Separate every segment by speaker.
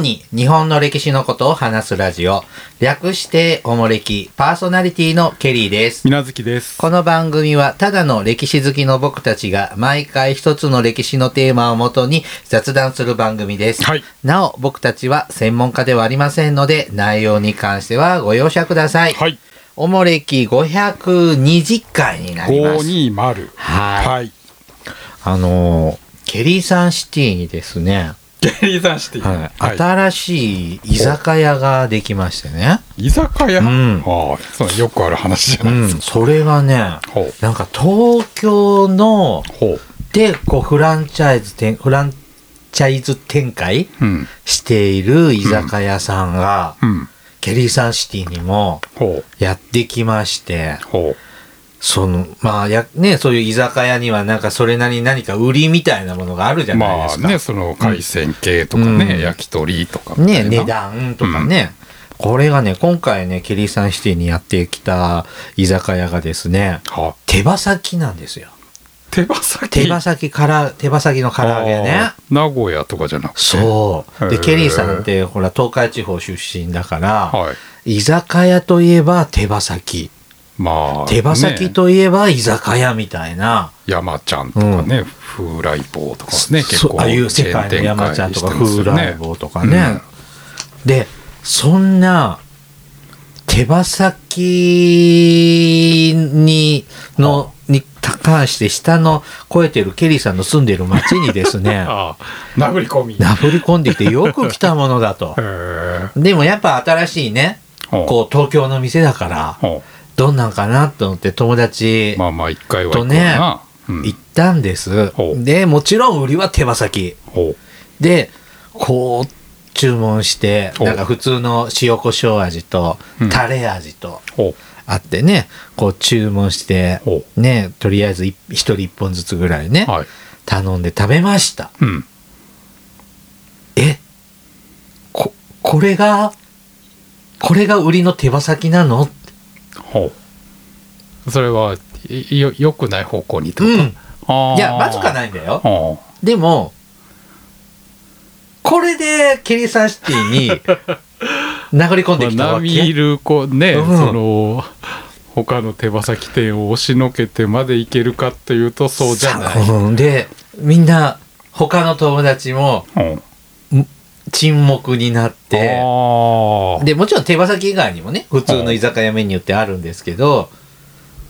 Speaker 1: に日本の歴史のことを話すラジオ、略しておもれき、パーソナリティのケリーです。
Speaker 2: みなずきです。
Speaker 1: この番組はただの歴史好きの僕たちが毎回一つの歴史のテーマをもとに雑談する番組です。
Speaker 2: はい
Speaker 1: なお、僕たちは専門家ではありませんので、内容に関してはご容赦ください。
Speaker 2: はい。
Speaker 1: おもれき520回になりま
Speaker 2: 五
Speaker 1: す。
Speaker 2: 二丸。
Speaker 1: はい
Speaker 2: はい。
Speaker 1: あのーケリーさんシティにですね、
Speaker 2: ゲリーザンシティ。
Speaker 1: はい、
Speaker 2: は
Speaker 1: 新しい居酒屋ができましてね、
Speaker 2: い。居酒屋。
Speaker 1: ん
Speaker 2: ああ、そう、よくある話じゃ
Speaker 1: う
Speaker 2: ないで
Speaker 1: ん、
Speaker 2: すか。
Speaker 1: それがね
Speaker 2: ほう
Speaker 1: なんか東京の
Speaker 2: ほう。
Speaker 1: でこうフランチャイズ展フランチャイズ展開
Speaker 2: うん。
Speaker 1: している居酒屋さんが、
Speaker 2: うん。
Speaker 1: ケリーサンシティにも
Speaker 2: ほ
Speaker 1: やってきまして
Speaker 2: う。ほ
Speaker 1: そのまあやねそういう居酒屋にはなんかそれなりに何か売りみたいなものがあるじ
Speaker 2: う。
Speaker 1: ゃないで
Speaker 2: ますあ
Speaker 1: か、
Speaker 2: ね、その海鮮系とか
Speaker 1: うん
Speaker 2: ね、焼き鳥とかみた
Speaker 1: ね、
Speaker 2: いな。
Speaker 1: 値段とかね、これがね、今回ね、ケリーサンシティにやってきた居酒屋がですね、
Speaker 2: は
Speaker 1: 手羽先なんですよ。
Speaker 2: 手羽先。
Speaker 1: 手羽先から、手羽先の唐揚げね
Speaker 2: あ。あ。名古屋とかじゃなくて。
Speaker 1: そう。で、
Speaker 2: へー
Speaker 1: ケリーさんって、ほら、東海地方出身だから、
Speaker 2: はい。
Speaker 1: 居酒屋といえば手羽先。
Speaker 2: まあ。
Speaker 1: 手羽先
Speaker 2: ね。
Speaker 1: といえば居酒屋みたいな。
Speaker 2: 山ちゃんとかね、風来坊とかね、結
Speaker 1: そう
Speaker 2: 構。
Speaker 1: ああいう世界の山ちゃんとか風来坊とかね、でそんな手羽先にのに高橋で下の超えてるケリーさんの住んでる町にですね
Speaker 2: ああ、殴り込み。
Speaker 1: なぶり込んできてよく来たものだと
Speaker 2: へえ。
Speaker 1: でもやっぱ新しいね
Speaker 2: こ
Speaker 1: こう東京の店だから
Speaker 2: ほ
Speaker 1: どんなんかなと思って友達
Speaker 2: う。まあまあ、一回は
Speaker 1: と
Speaker 2: 行く
Speaker 1: ね
Speaker 2: な。うん
Speaker 1: 行ったんです、
Speaker 2: ほう
Speaker 1: でもちろん売りは手羽先
Speaker 2: ほう。
Speaker 1: でこう注文して
Speaker 2: お
Speaker 1: なんか普通の塩コショウ味と
Speaker 2: うん
Speaker 1: タレ味と
Speaker 2: ほ
Speaker 1: あってねこう注文して
Speaker 2: お
Speaker 1: ねとりあえず一一人一本ずつぐらいね
Speaker 2: う。はい。
Speaker 1: 頼んで食べました
Speaker 2: うん。
Speaker 1: えここれがこれが売りの手羽先なの
Speaker 2: ほう。それは、いよ、良くない方向にって
Speaker 1: う
Speaker 2: こ
Speaker 1: ん
Speaker 2: とああ。
Speaker 1: いやまずかないいんだよ
Speaker 2: ほう。
Speaker 1: でもこれでケリーサンシティ に流れ込んできた
Speaker 2: まあ、
Speaker 1: わけ、
Speaker 2: 並みいるこね、
Speaker 1: うん
Speaker 2: その、他の手羽先店を押しのけてまでいけるかっていうと、そうじゃない。
Speaker 1: さうんでみんな他の友達も
Speaker 2: ほう。
Speaker 1: 沈黙になって
Speaker 2: ああ。
Speaker 1: でもちろん手羽先以外にもね普通の居酒屋メニューってあるんですけど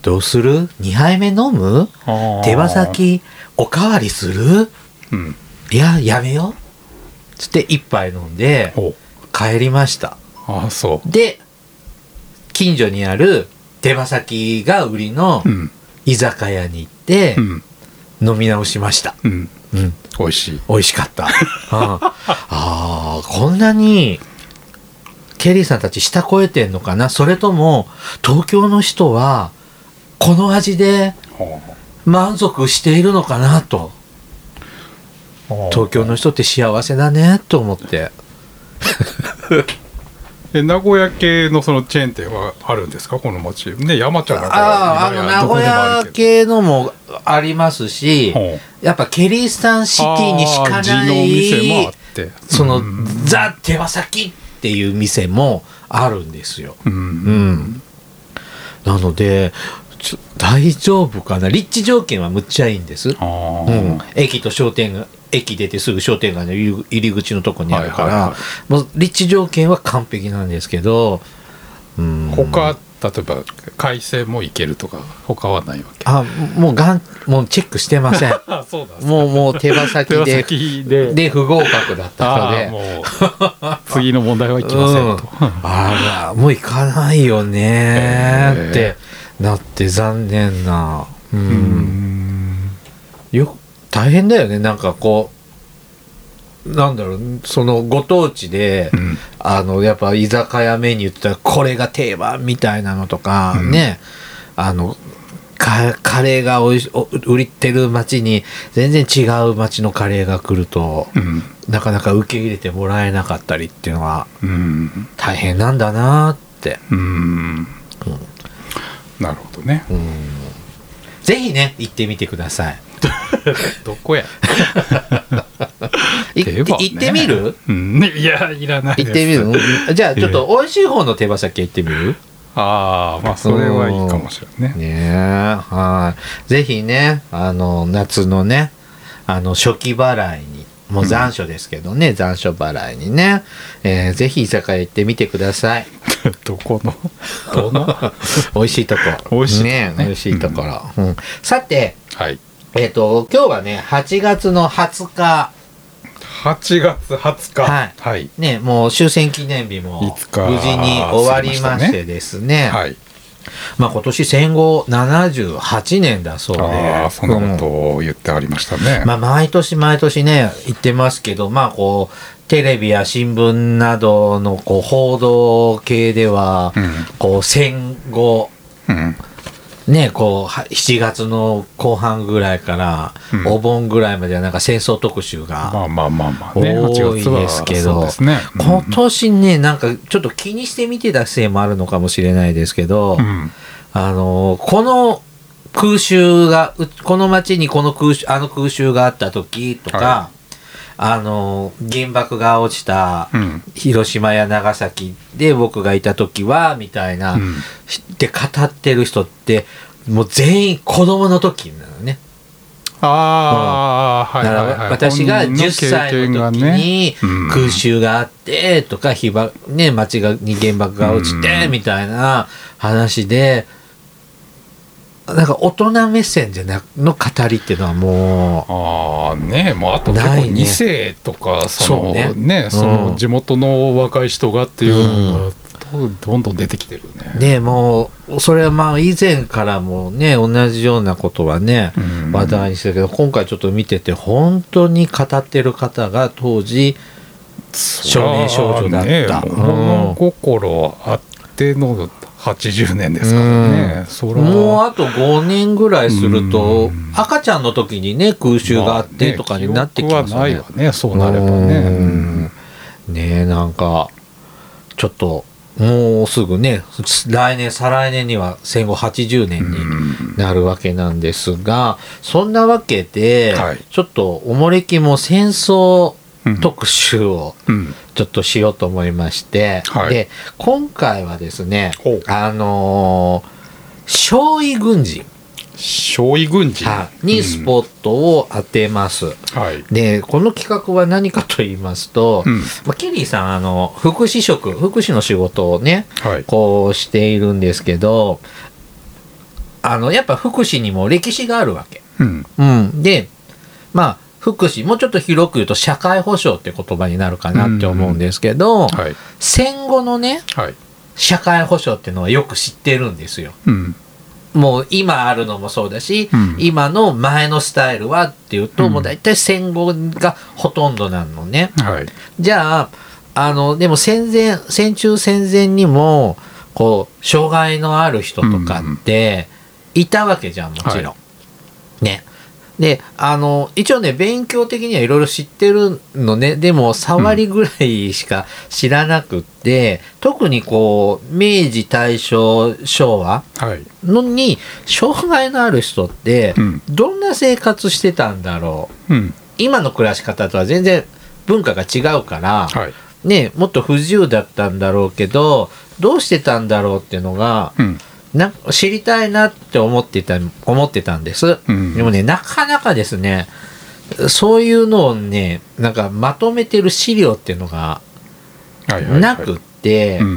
Speaker 1: どうする ?2 杯目飲む
Speaker 2: ああ
Speaker 1: 手羽。先おかわりする
Speaker 2: うん。
Speaker 1: いややめようつって1杯飲んで
Speaker 2: ほう。
Speaker 1: 帰りました
Speaker 2: ああ、そ
Speaker 1: で近所にある手羽先が売りの
Speaker 2: う。うん。
Speaker 1: 居酒屋に行って
Speaker 2: うん。
Speaker 1: 飲み直しました、
Speaker 2: うん。
Speaker 1: うん、
Speaker 2: 美味しい。
Speaker 1: 美味しか った。うん、ああ、こんなに、ケリーさんたち下超えてんのかなそれとも、東京の人は、この味で
Speaker 2: ほう。
Speaker 1: 満足しているのかなと。東京の人って幸せだね、と思って。
Speaker 2: え名古屋系のそのチェーン店はあるんですかこの町ね山ちゃんなんか
Speaker 1: ああ、あの、名古屋系のもありますし、やっぱケリーさんシティにしかな
Speaker 2: 地の店もあ
Speaker 1: い
Speaker 2: っ、て
Speaker 1: その
Speaker 2: うん、
Speaker 1: ザ・手羽先っていう店もあるんですよ。
Speaker 2: うん
Speaker 1: うん、なのでちょ大丈夫かな立地条件はむっちゃいいんです、
Speaker 2: ああ、
Speaker 1: うん、駅と商店街駅出てすぐ商店街の入り入り口のとこにあるから、
Speaker 2: はいはいは
Speaker 1: もう立地条件は完璧なんですけど、うん、
Speaker 2: 他例えば海鮮も行けるとか他はないわけ
Speaker 1: あもうがんもうチェックしてま せん
Speaker 2: あそうだ
Speaker 1: もうもう手羽先
Speaker 2: 手羽
Speaker 1: で
Speaker 2: 先で
Speaker 1: で不合格だったの
Speaker 2: あ
Speaker 1: で
Speaker 2: あもう 次の問題は行きませんと、
Speaker 1: うんあらもう行かないよねーってなって残念なう
Speaker 2: うん
Speaker 1: よ大変だよねなんかこうなんだろうそのご当地 で、
Speaker 2: うん
Speaker 1: あのやっぱ居酒屋メニューって言ったらこれが定番みたいなのとか、
Speaker 2: うん
Speaker 1: ねあのカカレーがおいしお売ってる町に全然違う町のカレーが来ると、
Speaker 2: うん
Speaker 1: なかなか受け入れてもらえなかったりっていうのは
Speaker 2: うん
Speaker 1: 大変なんだなーって、
Speaker 2: うんなるほどね
Speaker 1: うん、ぜひね行ってみてください
Speaker 2: どこや
Speaker 1: い
Speaker 2: 手羽ね
Speaker 1: 行ってみる
Speaker 2: うん、いやいらないで
Speaker 1: 行
Speaker 2: す
Speaker 1: ってみるうんじゃあちょっと美味しい方の手羽先行ってみる
Speaker 2: ああまあそれはいいかもしれないね
Speaker 1: ねえはいぜひねあの夏のねあの初期払いにもう残暑ですけどね、残暑払いにね、えーぜひ居酒屋行ってみてください
Speaker 2: どこのどの
Speaker 1: 美味しいとこ
Speaker 2: 美味しいとこ
Speaker 1: ね
Speaker 2: ね
Speaker 1: 美味しいところ、うんさて
Speaker 2: はい
Speaker 1: えっ、と今日はね8月の20日
Speaker 2: 8月20日
Speaker 1: はい
Speaker 2: はい
Speaker 1: ねもう終戦記念日も無
Speaker 2: いつか
Speaker 1: 事に終わりましてですね
Speaker 2: はい
Speaker 1: まあ、今年戦後78年だそうで
Speaker 2: ああそんなことを言ってありましたね、
Speaker 1: まあ、毎年毎年ね言ってますけどまあこうテレビや新聞などのこう報道系では、
Speaker 2: うん
Speaker 1: こう戦後
Speaker 2: うん
Speaker 1: ねこうは7月の後半ぐらいから、
Speaker 2: うん
Speaker 1: お盆ぐらいまではなんか戦争特集が、
Speaker 2: まあまあまあまあね
Speaker 1: 多い
Speaker 2: 8月は
Speaker 1: ですけど
Speaker 2: そうですね
Speaker 1: 今年ねなんかちょっと気にして見てたせいもあるのかもしれないですけど、
Speaker 2: うんうん
Speaker 1: あのこの空襲がうこの町にこの空襲あの空襲があった時とか、
Speaker 2: は
Speaker 1: あの原爆が落ちた
Speaker 2: うん
Speaker 1: 広島や長崎で僕がいた時はみたいな、
Speaker 2: うん
Speaker 1: で語ってる人ってもう全員子供の時なのね。
Speaker 2: ああ、はい
Speaker 1: だか
Speaker 2: はい
Speaker 1: ら
Speaker 2: はい、
Speaker 1: 私が10歳の時に
Speaker 2: 本人の経験がね
Speaker 1: 空襲があってとか被爆、ね、町がに原爆が落ちて
Speaker 2: うん
Speaker 1: みたいな話でなんか大人目線じゃなの語りっていうのはも
Speaker 2: ああねもうあと結
Speaker 1: な
Speaker 2: 構
Speaker 1: いね
Speaker 2: 2世とかそ
Speaker 1: そう
Speaker 2: の
Speaker 1: ね
Speaker 2: ね
Speaker 1: うん
Speaker 2: その地元の若い人がっていうのがどどんどん出てきてるね。
Speaker 1: うねもうそれはまあ以前からもね同じようなことはね
Speaker 2: うん
Speaker 1: 話題にしてたけど今回ちょっと見てて本当に語ってる方が当時
Speaker 2: そりゃ
Speaker 1: 少年
Speaker 2: あ
Speaker 1: 少女だった
Speaker 2: ね
Speaker 1: うん
Speaker 2: 物心あっての80年ですからね。そら
Speaker 1: もうあと5年ぐらいすると
Speaker 2: うん
Speaker 1: 赤ちゃんの時にね空襲があってとかになってきます
Speaker 2: まあ
Speaker 1: よ
Speaker 2: ね
Speaker 1: ね
Speaker 2: 記憶はないわねそうなればね。うん
Speaker 1: うんねえなんかちょっともうすぐね来年再来年には戦後80年になるわけなんですがそんなわけで、
Speaker 2: はい
Speaker 1: ちょっとおもれきも戦争特集を
Speaker 2: うん
Speaker 1: ちょっとしようと思いまして、
Speaker 2: はい
Speaker 1: で今回はですね
Speaker 2: ほう
Speaker 1: あのー少尉軍人
Speaker 2: 少尉軍人
Speaker 1: にスポットを当てます。
Speaker 2: うんはい。
Speaker 1: でこの企画は何かと言いますと、
Speaker 2: うん
Speaker 1: まあ、ケリーさんあの福祉職福祉の仕事をね
Speaker 2: はい。
Speaker 1: こうしているんですけどあのやっぱ福祉にも歴史があるわけ。
Speaker 2: うん
Speaker 1: うん、でまあ福祉もうちょっと広く言うと社会保障って言葉になるかなって思うんですけど、
Speaker 2: はい
Speaker 1: 戦後のね
Speaker 2: はい。
Speaker 1: 社会保障っていうのはよく知ってるんですよ。
Speaker 2: うん
Speaker 1: もう今あるのもそうだし、
Speaker 2: うん
Speaker 1: 今の前のスタイルはっていうと、
Speaker 2: うん
Speaker 1: もう大体戦後がほとんどなのね。
Speaker 2: はい。
Speaker 1: じゃあ、あの、でも戦前、戦中戦前にも、こう、障害のある人とかって、いたわけじゃん、もちろん。
Speaker 2: は
Speaker 1: ね。で、あの、一応ね、勉強的にはいろいろ知ってるのね、でも、3割ぐらいしか知らなくって、特にこう、明治、大正、昭和、
Speaker 2: はい。
Speaker 1: のに障害のある人って
Speaker 2: うん
Speaker 1: どんな生活してたんだろう、
Speaker 2: うん。
Speaker 1: 今の暮らし方とは全然文化が違うから、
Speaker 2: はい。
Speaker 1: ね、もっと不自由だったんだろうけどどうしてたんだろうっていうのが
Speaker 2: うん。
Speaker 1: なんか知りたいなって思ってた思ってたんです、
Speaker 2: うん
Speaker 1: でもねなかなかですねそういうのをねなんかまとめてる資料っていうのが
Speaker 2: はいはいはい。
Speaker 1: なくって、
Speaker 2: うん。
Speaker 1: う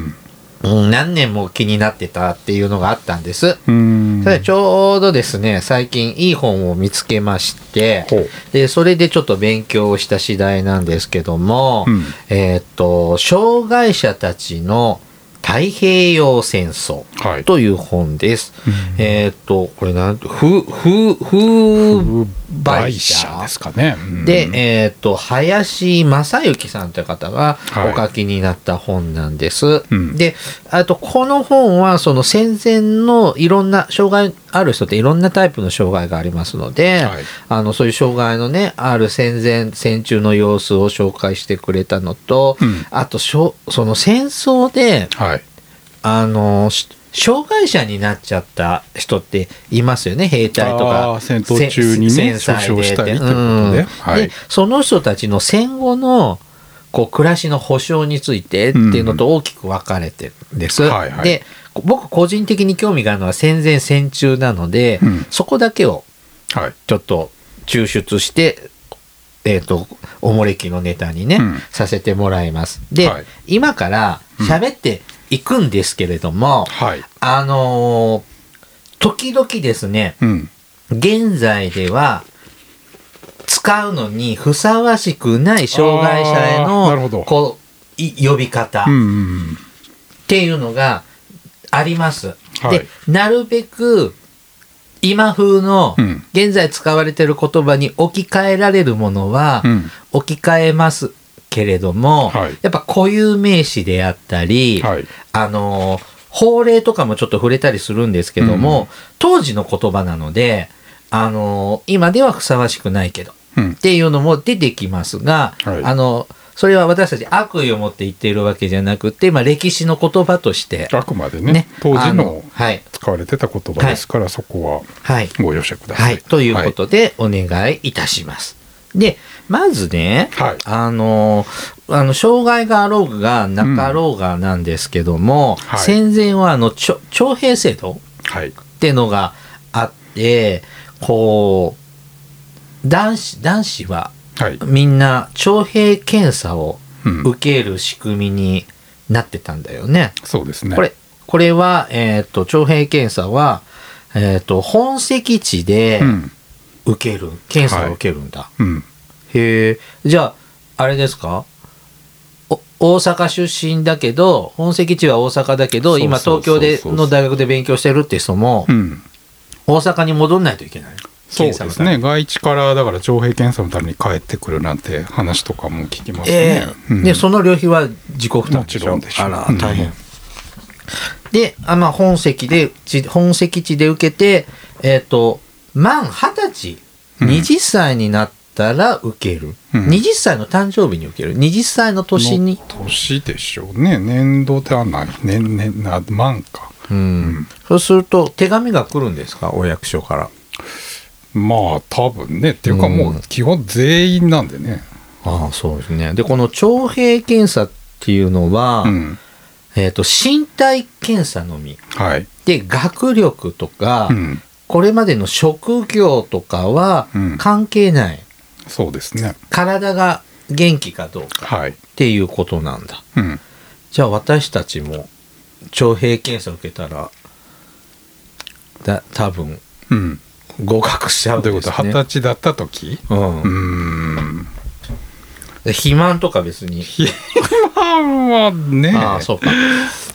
Speaker 1: ん何年も気になってたっていうのがあったんです。
Speaker 2: うん。
Speaker 1: ただちょうどですね、最近いい本を見つけまして、
Speaker 2: ほう
Speaker 1: で、それでちょっと勉強をした次第なんですけども、
Speaker 2: うん
Speaker 1: えーっと、障害者たちの太平洋戦争
Speaker 2: はい。
Speaker 1: という本です。
Speaker 2: うん
Speaker 1: えーっと、これなんと、ふ、ふ、ふ、
Speaker 2: 売者ですかね。うん
Speaker 1: で、えーっと、林正幸さんという方が
Speaker 2: はい
Speaker 1: お書きになった本なんです。
Speaker 2: うん
Speaker 1: で、あと、この本は、その戦前のいろんな、障害ある人っていろんなタイプの障害がありますので、
Speaker 2: はい
Speaker 1: あの、そういう障害のね、ある戦前、戦中の様子を紹介してくれたのと、
Speaker 2: うん
Speaker 1: あとしょ、その戦争で、
Speaker 2: はい。
Speaker 1: あの、し障害者になっちゃった人っていますよね兵隊と
Speaker 2: あ
Speaker 1: か
Speaker 2: ー戦闘中にね
Speaker 1: せ戦災
Speaker 2: 負傷したりってことね
Speaker 1: うん
Speaker 2: はい
Speaker 1: でその人たちの戦後のこう暮らしの保障についてっていうのと大きく分かれてるんです。
Speaker 2: はいはい
Speaker 1: でこ僕個人的に興味があるのは戦前戦中なので、
Speaker 2: うん
Speaker 1: そこだけを
Speaker 2: はい。
Speaker 1: ちょっと抽出して、えっ、と、おもれきのネタにね、
Speaker 2: うん
Speaker 1: させてもらいます。で、
Speaker 2: はい
Speaker 1: 今から喋っていくんですけれども、
Speaker 2: はい。
Speaker 1: あのー時々ですね、
Speaker 2: うん。
Speaker 1: 現在では、使うのにふさわしくない障害者へ
Speaker 2: あーなるほ
Speaker 1: の
Speaker 2: ど
Speaker 1: こうい呼び方
Speaker 2: うんうん
Speaker 1: っていうのがあります。
Speaker 2: はい
Speaker 1: でなるべく今風の
Speaker 2: うん
Speaker 1: 現在使われている言葉に置き換えられるものは
Speaker 2: うん。うん。
Speaker 1: 置き換えますけれども、
Speaker 2: はい
Speaker 1: やっぱ固有名詞であったり、
Speaker 2: はい。
Speaker 1: あのー法令とかもちょっと触れたりするんですけども、
Speaker 2: う
Speaker 1: 当時の言葉なのであのー今ではふさわしくないけど
Speaker 2: うん
Speaker 1: っ。ていうのも出てきますが、
Speaker 2: はい
Speaker 1: あのそれは私たち悪意を持って言っているわけじゃなくて、まあ、歴史の言葉として、
Speaker 2: あくまでね、当時
Speaker 1: あ
Speaker 2: の
Speaker 1: はい、
Speaker 2: 使われてた言葉ですから、そこは
Speaker 1: はい
Speaker 2: ご容赦くださ。
Speaker 1: はいい、ということでお願いいたします。でまずね、
Speaker 2: はい
Speaker 1: あのあの障害があろうがなかろうがなんですけども、
Speaker 2: はい
Speaker 1: 戦前はあのちょ徴兵制度
Speaker 2: はい。
Speaker 1: ってのがあってこう男子男子は
Speaker 2: はい。はい。
Speaker 1: みんな徴兵検査を
Speaker 2: うん
Speaker 1: 受ける仕組みになってたんだよね。
Speaker 2: そうですね。
Speaker 1: これ、これは、えっ、と、徴兵検査は、えっ、と、本籍地で
Speaker 2: うん。
Speaker 1: 受ける、検査を受けるんだ。
Speaker 2: うん。
Speaker 1: へえ。じゃあ、あれですかお大阪出身だけど、本籍地は大阪だけど、今
Speaker 2: そう
Speaker 1: 東
Speaker 2: そうそ
Speaker 1: 京
Speaker 2: うそう
Speaker 1: での大学で勉強してるって人も
Speaker 2: う、ん。
Speaker 1: 大阪に戻んないといけない。
Speaker 2: そうで
Speaker 1: 検査の
Speaker 2: す
Speaker 1: ため
Speaker 2: ね。外地から、だから、徴兵検査のために帰ってくるなんて話とかも聞きます
Speaker 1: え
Speaker 2: ね。
Speaker 1: え
Speaker 2: うん
Speaker 1: で、その旅費は自己負担
Speaker 2: もちろんでしょう
Speaker 1: あら
Speaker 2: う、ん
Speaker 1: 大変。で、あまあ、本籍で、地本籍地で受けて、えっ、と、満二十歳、
Speaker 2: うん
Speaker 1: 20歳になったら受ける。
Speaker 2: うん
Speaker 1: 20歳の誕生日に受ける。20歳の年に
Speaker 2: の。年でしょうね。年度ではない。年、年、な、万か。
Speaker 1: うん。そうすると、手紙が来るんですかお役所から。
Speaker 2: まあ、多分ね。っていうか、もう、基本全員なんでね。
Speaker 1: ああ、そうですね。で、この徴兵検査っていうのは、
Speaker 2: うん。
Speaker 1: えっ、と、身体検査のみ。
Speaker 2: はい。
Speaker 1: で、学力とか、
Speaker 2: うん。
Speaker 1: これまでの職業とかは
Speaker 2: うん
Speaker 1: 関係ない、
Speaker 2: そうですね。
Speaker 1: 体が元気かどうか
Speaker 2: はい。
Speaker 1: っていうことなんだ
Speaker 2: うん。
Speaker 1: じゃあ私たちも徴兵検査受けたらだ多分
Speaker 2: うん。
Speaker 1: 合格しちゃうん
Speaker 2: どういう
Speaker 1: で
Speaker 2: こ
Speaker 1: す
Speaker 2: と二
Speaker 1: ね
Speaker 2: 十歳だった時
Speaker 1: うん
Speaker 2: うーん。
Speaker 1: で肥満とか別に
Speaker 2: 今はね。
Speaker 1: ああそうか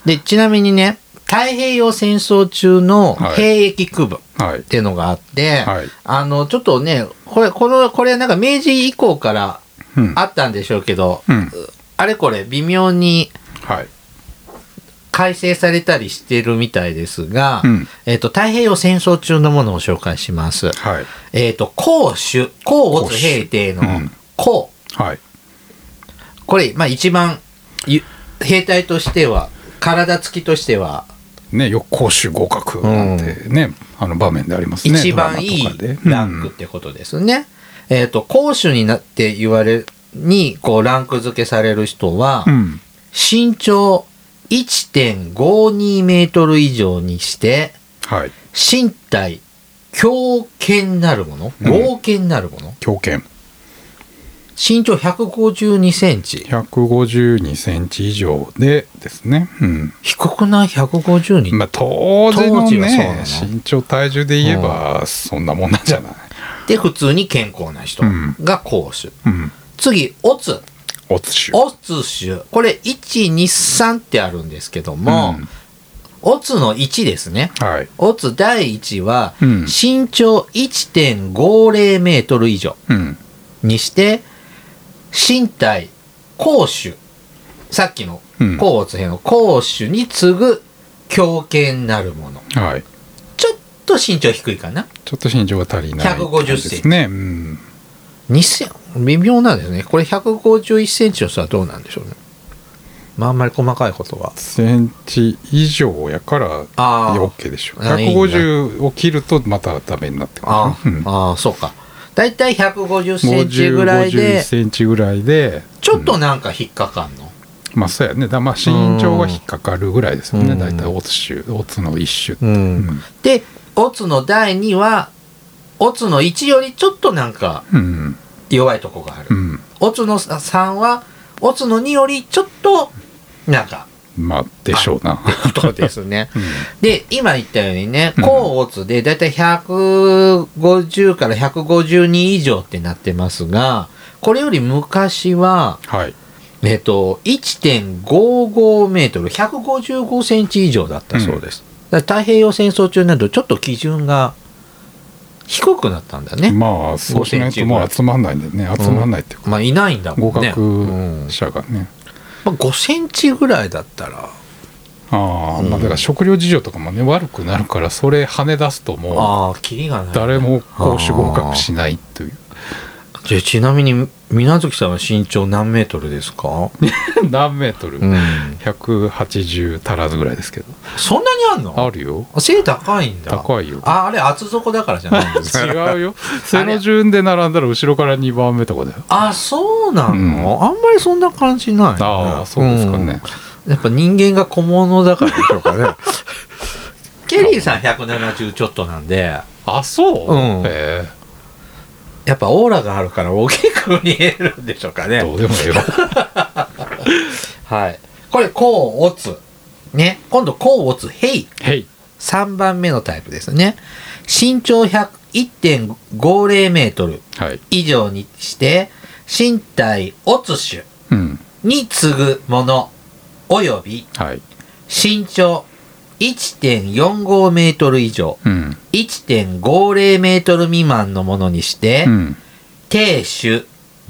Speaker 1: でちなみにね太平洋戦争中の
Speaker 2: はい
Speaker 1: 兵役区分、
Speaker 2: はい
Speaker 1: っ。ていうのがあって、
Speaker 2: はい
Speaker 1: あの、ちょっとね、これ、この、これなんか明治以降から
Speaker 2: うん
Speaker 1: あったんでしょうけど、
Speaker 2: うん。
Speaker 1: あれこれ微妙に
Speaker 2: はい。
Speaker 1: 改正されたりしてるみたいですが、
Speaker 2: うん
Speaker 1: えっ、と、太平洋戦争中のものを紹介します。
Speaker 2: はい。
Speaker 1: えっ、と、公主、公をつ平定の
Speaker 2: うん
Speaker 1: 公、
Speaker 2: はい。
Speaker 1: これ、まあ一番、ゆ兵隊としては、体つきとしては、
Speaker 2: ね、よく講習合格なんてね、あの場面でありますね。
Speaker 1: 一番いい
Speaker 2: ドラマとかで
Speaker 1: ランクってことですね。えっ、と、公主になって言われ、に、こう、ランク付けされる人は、
Speaker 2: うん。
Speaker 1: 身長1.52メートル以上にして、
Speaker 2: はい。
Speaker 1: 身体、強健なるもの、
Speaker 2: うん
Speaker 1: 合健なるもの、
Speaker 2: 狂犬。
Speaker 1: 身長152センチ。
Speaker 2: 152センチ以上でですね。うん。
Speaker 1: 低くない ?152。
Speaker 2: まあ、当時の
Speaker 1: 当時はそうな
Speaker 2: ね、
Speaker 1: の
Speaker 2: 身長体重で言えば、そんなもんなんじゃない。
Speaker 1: で、普通に健康な人
Speaker 2: うん
Speaker 1: が公主。
Speaker 2: うん。
Speaker 1: 次、オツ。
Speaker 2: おつしゅ。
Speaker 1: オツ種。これ、1、2、3ってあるんですけども、
Speaker 2: うん
Speaker 1: オツの1ですね。
Speaker 2: はい。
Speaker 1: オツ第1は、
Speaker 2: うん
Speaker 1: 身長1.50メートル以上。
Speaker 2: うん。
Speaker 1: にして身体攻守さっきの
Speaker 2: うん
Speaker 1: 甲乙兵の攻守に次ぐ強健なるもの
Speaker 2: はい。
Speaker 1: ちょっと身長低いかな
Speaker 2: ちょっと身長が足りない。
Speaker 1: 150センチ
Speaker 2: ですね。うん。
Speaker 1: 2000微妙なんですねこれ151センチの人はどうなんでしょうねまあ、あんまり細かいことは。
Speaker 2: センチ以上やから
Speaker 1: あー
Speaker 2: OK でしょ
Speaker 1: あいいんだ
Speaker 2: 150を切るとまたダメになってくる
Speaker 1: あ
Speaker 2: うん
Speaker 1: あー、そうか。だいたい150センチ
Speaker 2: 50
Speaker 1: ぐらい
Speaker 2: 51
Speaker 1: で、
Speaker 2: センチぐらいで
Speaker 1: ちょっとなんか引っかかんの。
Speaker 2: まあそうやねだからまあ身長が引っかかるぐらいですよ
Speaker 1: う
Speaker 2: ね
Speaker 1: ん
Speaker 2: 大体オツ種オツの一
Speaker 1: う
Speaker 2: 種
Speaker 1: ん。で、オツの第2は、オツの1よりちょっとなんか
Speaker 2: うん
Speaker 1: 弱いとこがあ
Speaker 2: う
Speaker 1: る。
Speaker 2: ん
Speaker 1: オツの3は、オツの2よりちょっと、なんか、
Speaker 2: まあでしょうな
Speaker 1: そうですね。
Speaker 2: うん
Speaker 1: で、今言ったようにね、
Speaker 2: うん
Speaker 1: 高オツでだいたい150から152以上ってなってますが、これより昔は、
Speaker 2: はい
Speaker 1: えっと、1.55メートル、155センチ以上だったそうです。だから太平洋戦争中など、ちょっと基準が低くなったんだね。
Speaker 2: まあそうしないともう集まんないんでね集まんないっていうか
Speaker 1: まあ、いないんだも
Speaker 2: 合
Speaker 1: んね。うん
Speaker 2: 格者がね
Speaker 1: まあ、5センチぐらいだったら、
Speaker 2: ああ
Speaker 1: うん
Speaker 2: まあだから食料事情とかもね悪くなるからそれ跳ね出すとも
Speaker 1: ああ、キリがな
Speaker 2: う
Speaker 1: い。
Speaker 2: 誰も講師合格しないという
Speaker 1: じゃあちなみに、水月さんは身長何メートルですか
Speaker 2: 何メートル
Speaker 1: うん。
Speaker 2: 180足らずぐらいですけど
Speaker 1: そんなにあんの
Speaker 2: あるよ
Speaker 1: 背高いんだ。
Speaker 2: 高いよ
Speaker 1: あ、あれ厚底だからじゃないんですか。
Speaker 2: 違うよ背の順で並んだら後ろから2番目とかだよ
Speaker 1: あ、そうなの、
Speaker 2: うん
Speaker 1: あんまりそんな感じない、ね。
Speaker 2: ああそうですかね、
Speaker 1: うんやっぱ人間が小物だからでしょうか ね。ケリーさん170ちょっとなんで、
Speaker 2: あそう、
Speaker 1: うん
Speaker 2: え
Speaker 1: やっぱオーラがあるから大きく見えるんでしょうか
Speaker 2: え
Speaker 1: ね
Speaker 2: ど。うでもよ
Speaker 1: はい。これ、甲乙ね。今度、甲乙丙
Speaker 2: へい
Speaker 1: 3番目のタイプですね。身長100 1.50メートル
Speaker 2: はい
Speaker 1: 以上にして、身体乙種
Speaker 2: うん
Speaker 1: に次ぐもの、および
Speaker 2: はい
Speaker 1: 身長1.45メートル以上、
Speaker 2: うん
Speaker 1: 1.50メートル未満のものにして
Speaker 2: う、ん
Speaker 1: 低種、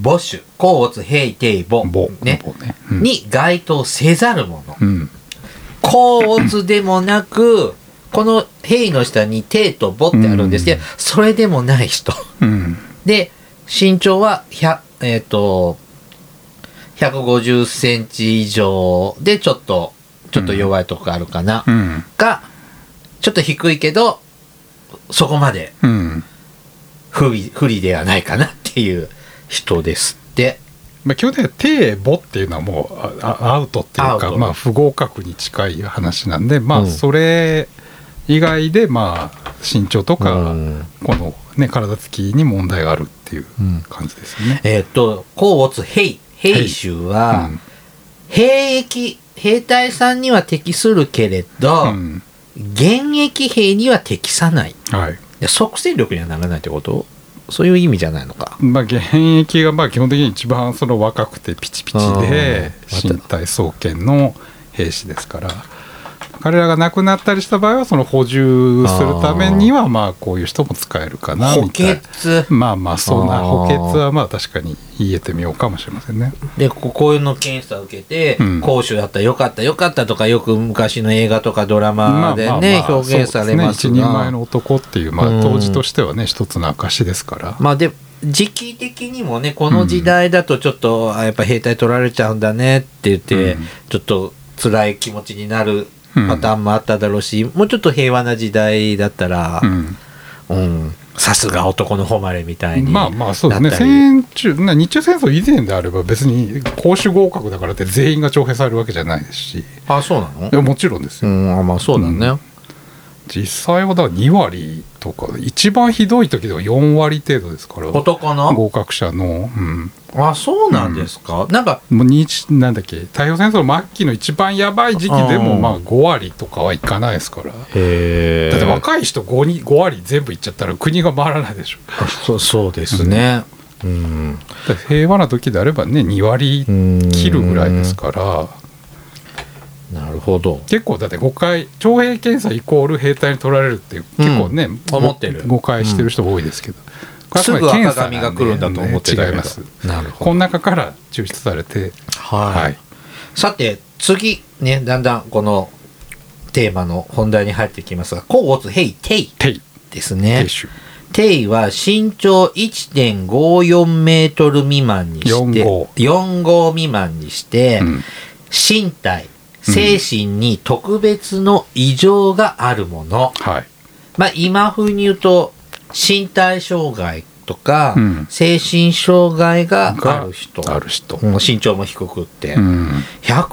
Speaker 1: 母種、甲乙平低母、
Speaker 2: ぼ
Speaker 1: ね、
Speaker 2: ぼねうん
Speaker 1: に該当せざるもの。
Speaker 2: うん
Speaker 1: 甲乙でもなく、この平の下に低と母ってあるんですけど、
Speaker 2: うん
Speaker 1: それでもない人。
Speaker 2: うん
Speaker 1: で、身長は100、えっ、と、150センチ以上でちょっと、ちょっと弱いとこあるかな。
Speaker 2: うん
Speaker 1: が、ちょっと低いけど、そこまで
Speaker 2: うん
Speaker 1: 不利不利ではないかなっていう人ですって。
Speaker 2: まあ、基本的には「低母」っていうのはもうああアウトってい
Speaker 1: ア
Speaker 2: う
Speaker 1: ウ
Speaker 2: か
Speaker 1: ト
Speaker 2: まあ、不合格に近い話なんで、ま
Speaker 1: う
Speaker 2: あ、
Speaker 1: ん
Speaker 2: それ以外で、まあ、身長とか、
Speaker 1: うん
Speaker 2: この、ね、体つきに問題があるっていう感じですよね。
Speaker 1: えっ、と、甲乙兵、兵衆は、兵役、兵隊さんには適するけれど、
Speaker 2: うんうん
Speaker 1: 現役兵には適さない。
Speaker 2: はい
Speaker 1: で即戦力にはならないってことそういう意味じゃないのか。
Speaker 2: まあ、現役がまあ基本的に一番その若くてピチピチで
Speaker 1: うん
Speaker 2: 身体創建の兵士ですから彼らが亡くなったりした場合はその補充するためにはまあこういう人も使えるかな
Speaker 1: 補
Speaker 2: みたいな
Speaker 1: 欠。
Speaker 2: まあまあそんな
Speaker 1: あー
Speaker 2: 補欠はまあ確かに言えてみようかもしれませんね。
Speaker 1: で、ここういうの検査受けて、
Speaker 2: うん
Speaker 1: 講習だったらよかったよかったとか、よく昔の映画とかドラマでね、表現されます
Speaker 2: そうですね一人前
Speaker 1: が。
Speaker 2: の男っていうま
Speaker 1: う
Speaker 2: あ
Speaker 1: ん
Speaker 2: 当時としてはね一つの証ですから。
Speaker 1: まあで、時期的にもね、この時代だとちょっと、あやっぱ兵隊取られちゃうんだねって言って、
Speaker 2: うん
Speaker 1: ちょっと辛い気持ちになる
Speaker 2: うん
Speaker 1: パターンもあっただろうし、もうちょっと平和な時代だったら
Speaker 2: う、ん
Speaker 1: うん、さすが男の誉れみたいに。
Speaker 2: まあまあそうですね
Speaker 1: なったり
Speaker 2: 戦中な日中戦争以前であれば別に公衆合格だからって全員が徴兵されるわけじゃないですしい
Speaker 1: あ、そうなの
Speaker 2: やもちろんです
Speaker 1: う
Speaker 2: よ、
Speaker 1: ん、あまあそうだね。
Speaker 2: う実際はだから2割とか一番ひどい時では4割程度ですから
Speaker 1: 男の
Speaker 2: 合格者の、うん、
Speaker 1: あ、そうなんですか、なんか、
Speaker 2: もう日なんだっけ太平洋戦争の末期の一番やばい時期で
Speaker 1: あ
Speaker 2: も
Speaker 1: ー
Speaker 2: まあ5割とかはいかないですからだ
Speaker 1: へ
Speaker 2: って若い人 5, に5割全部いっちゃったら国が回らないでしょ
Speaker 1: あそうそうですね。うん、
Speaker 2: だから平和な時であればね2割切るぐらいですから
Speaker 1: なるほど。
Speaker 2: 結構だって誤解徴兵検査イコール兵隊に取られるって結構ね、ご
Speaker 1: 思ってる
Speaker 2: 誤解してる人多いですけど、これ
Speaker 1: す
Speaker 2: は
Speaker 1: ぐ
Speaker 2: つまり
Speaker 1: 赤
Speaker 2: 検査なんで
Speaker 1: 髪が来るんだと思ってたけ
Speaker 2: 違い
Speaker 1: ど
Speaker 2: ます。
Speaker 1: なる
Speaker 2: こ
Speaker 1: ほど。
Speaker 2: の中から抽出されて
Speaker 1: はい。
Speaker 2: はい
Speaker 1: さて、次、ね、だんだんこのテーマの本題に入ってきますが、甲乙丙丁
Speaker 2: 「てい」
Speaker 1: です
Speaker 2: 「
Speaker 1: ね
Speaker 2: て。しゅ
Speaker 1: 丁は身長1.54メートル未満にして、
Speaker 2: 45
Speaker 1: 45未満にして、
Speaker 2: うん
Speaker 1: 身体、精神に特別の異常があるもの。
Speaker 2: はい
Speaker 1: まあ、今風に言うと、身体障害とか、
Speaker 2: うん
Speaker 1: 精神障害が
Speaker 2: が
Speaker 1: ある人。
Speaker 2: ある人
Speaker 1: うん身長も低くって。
Speaker 2: うん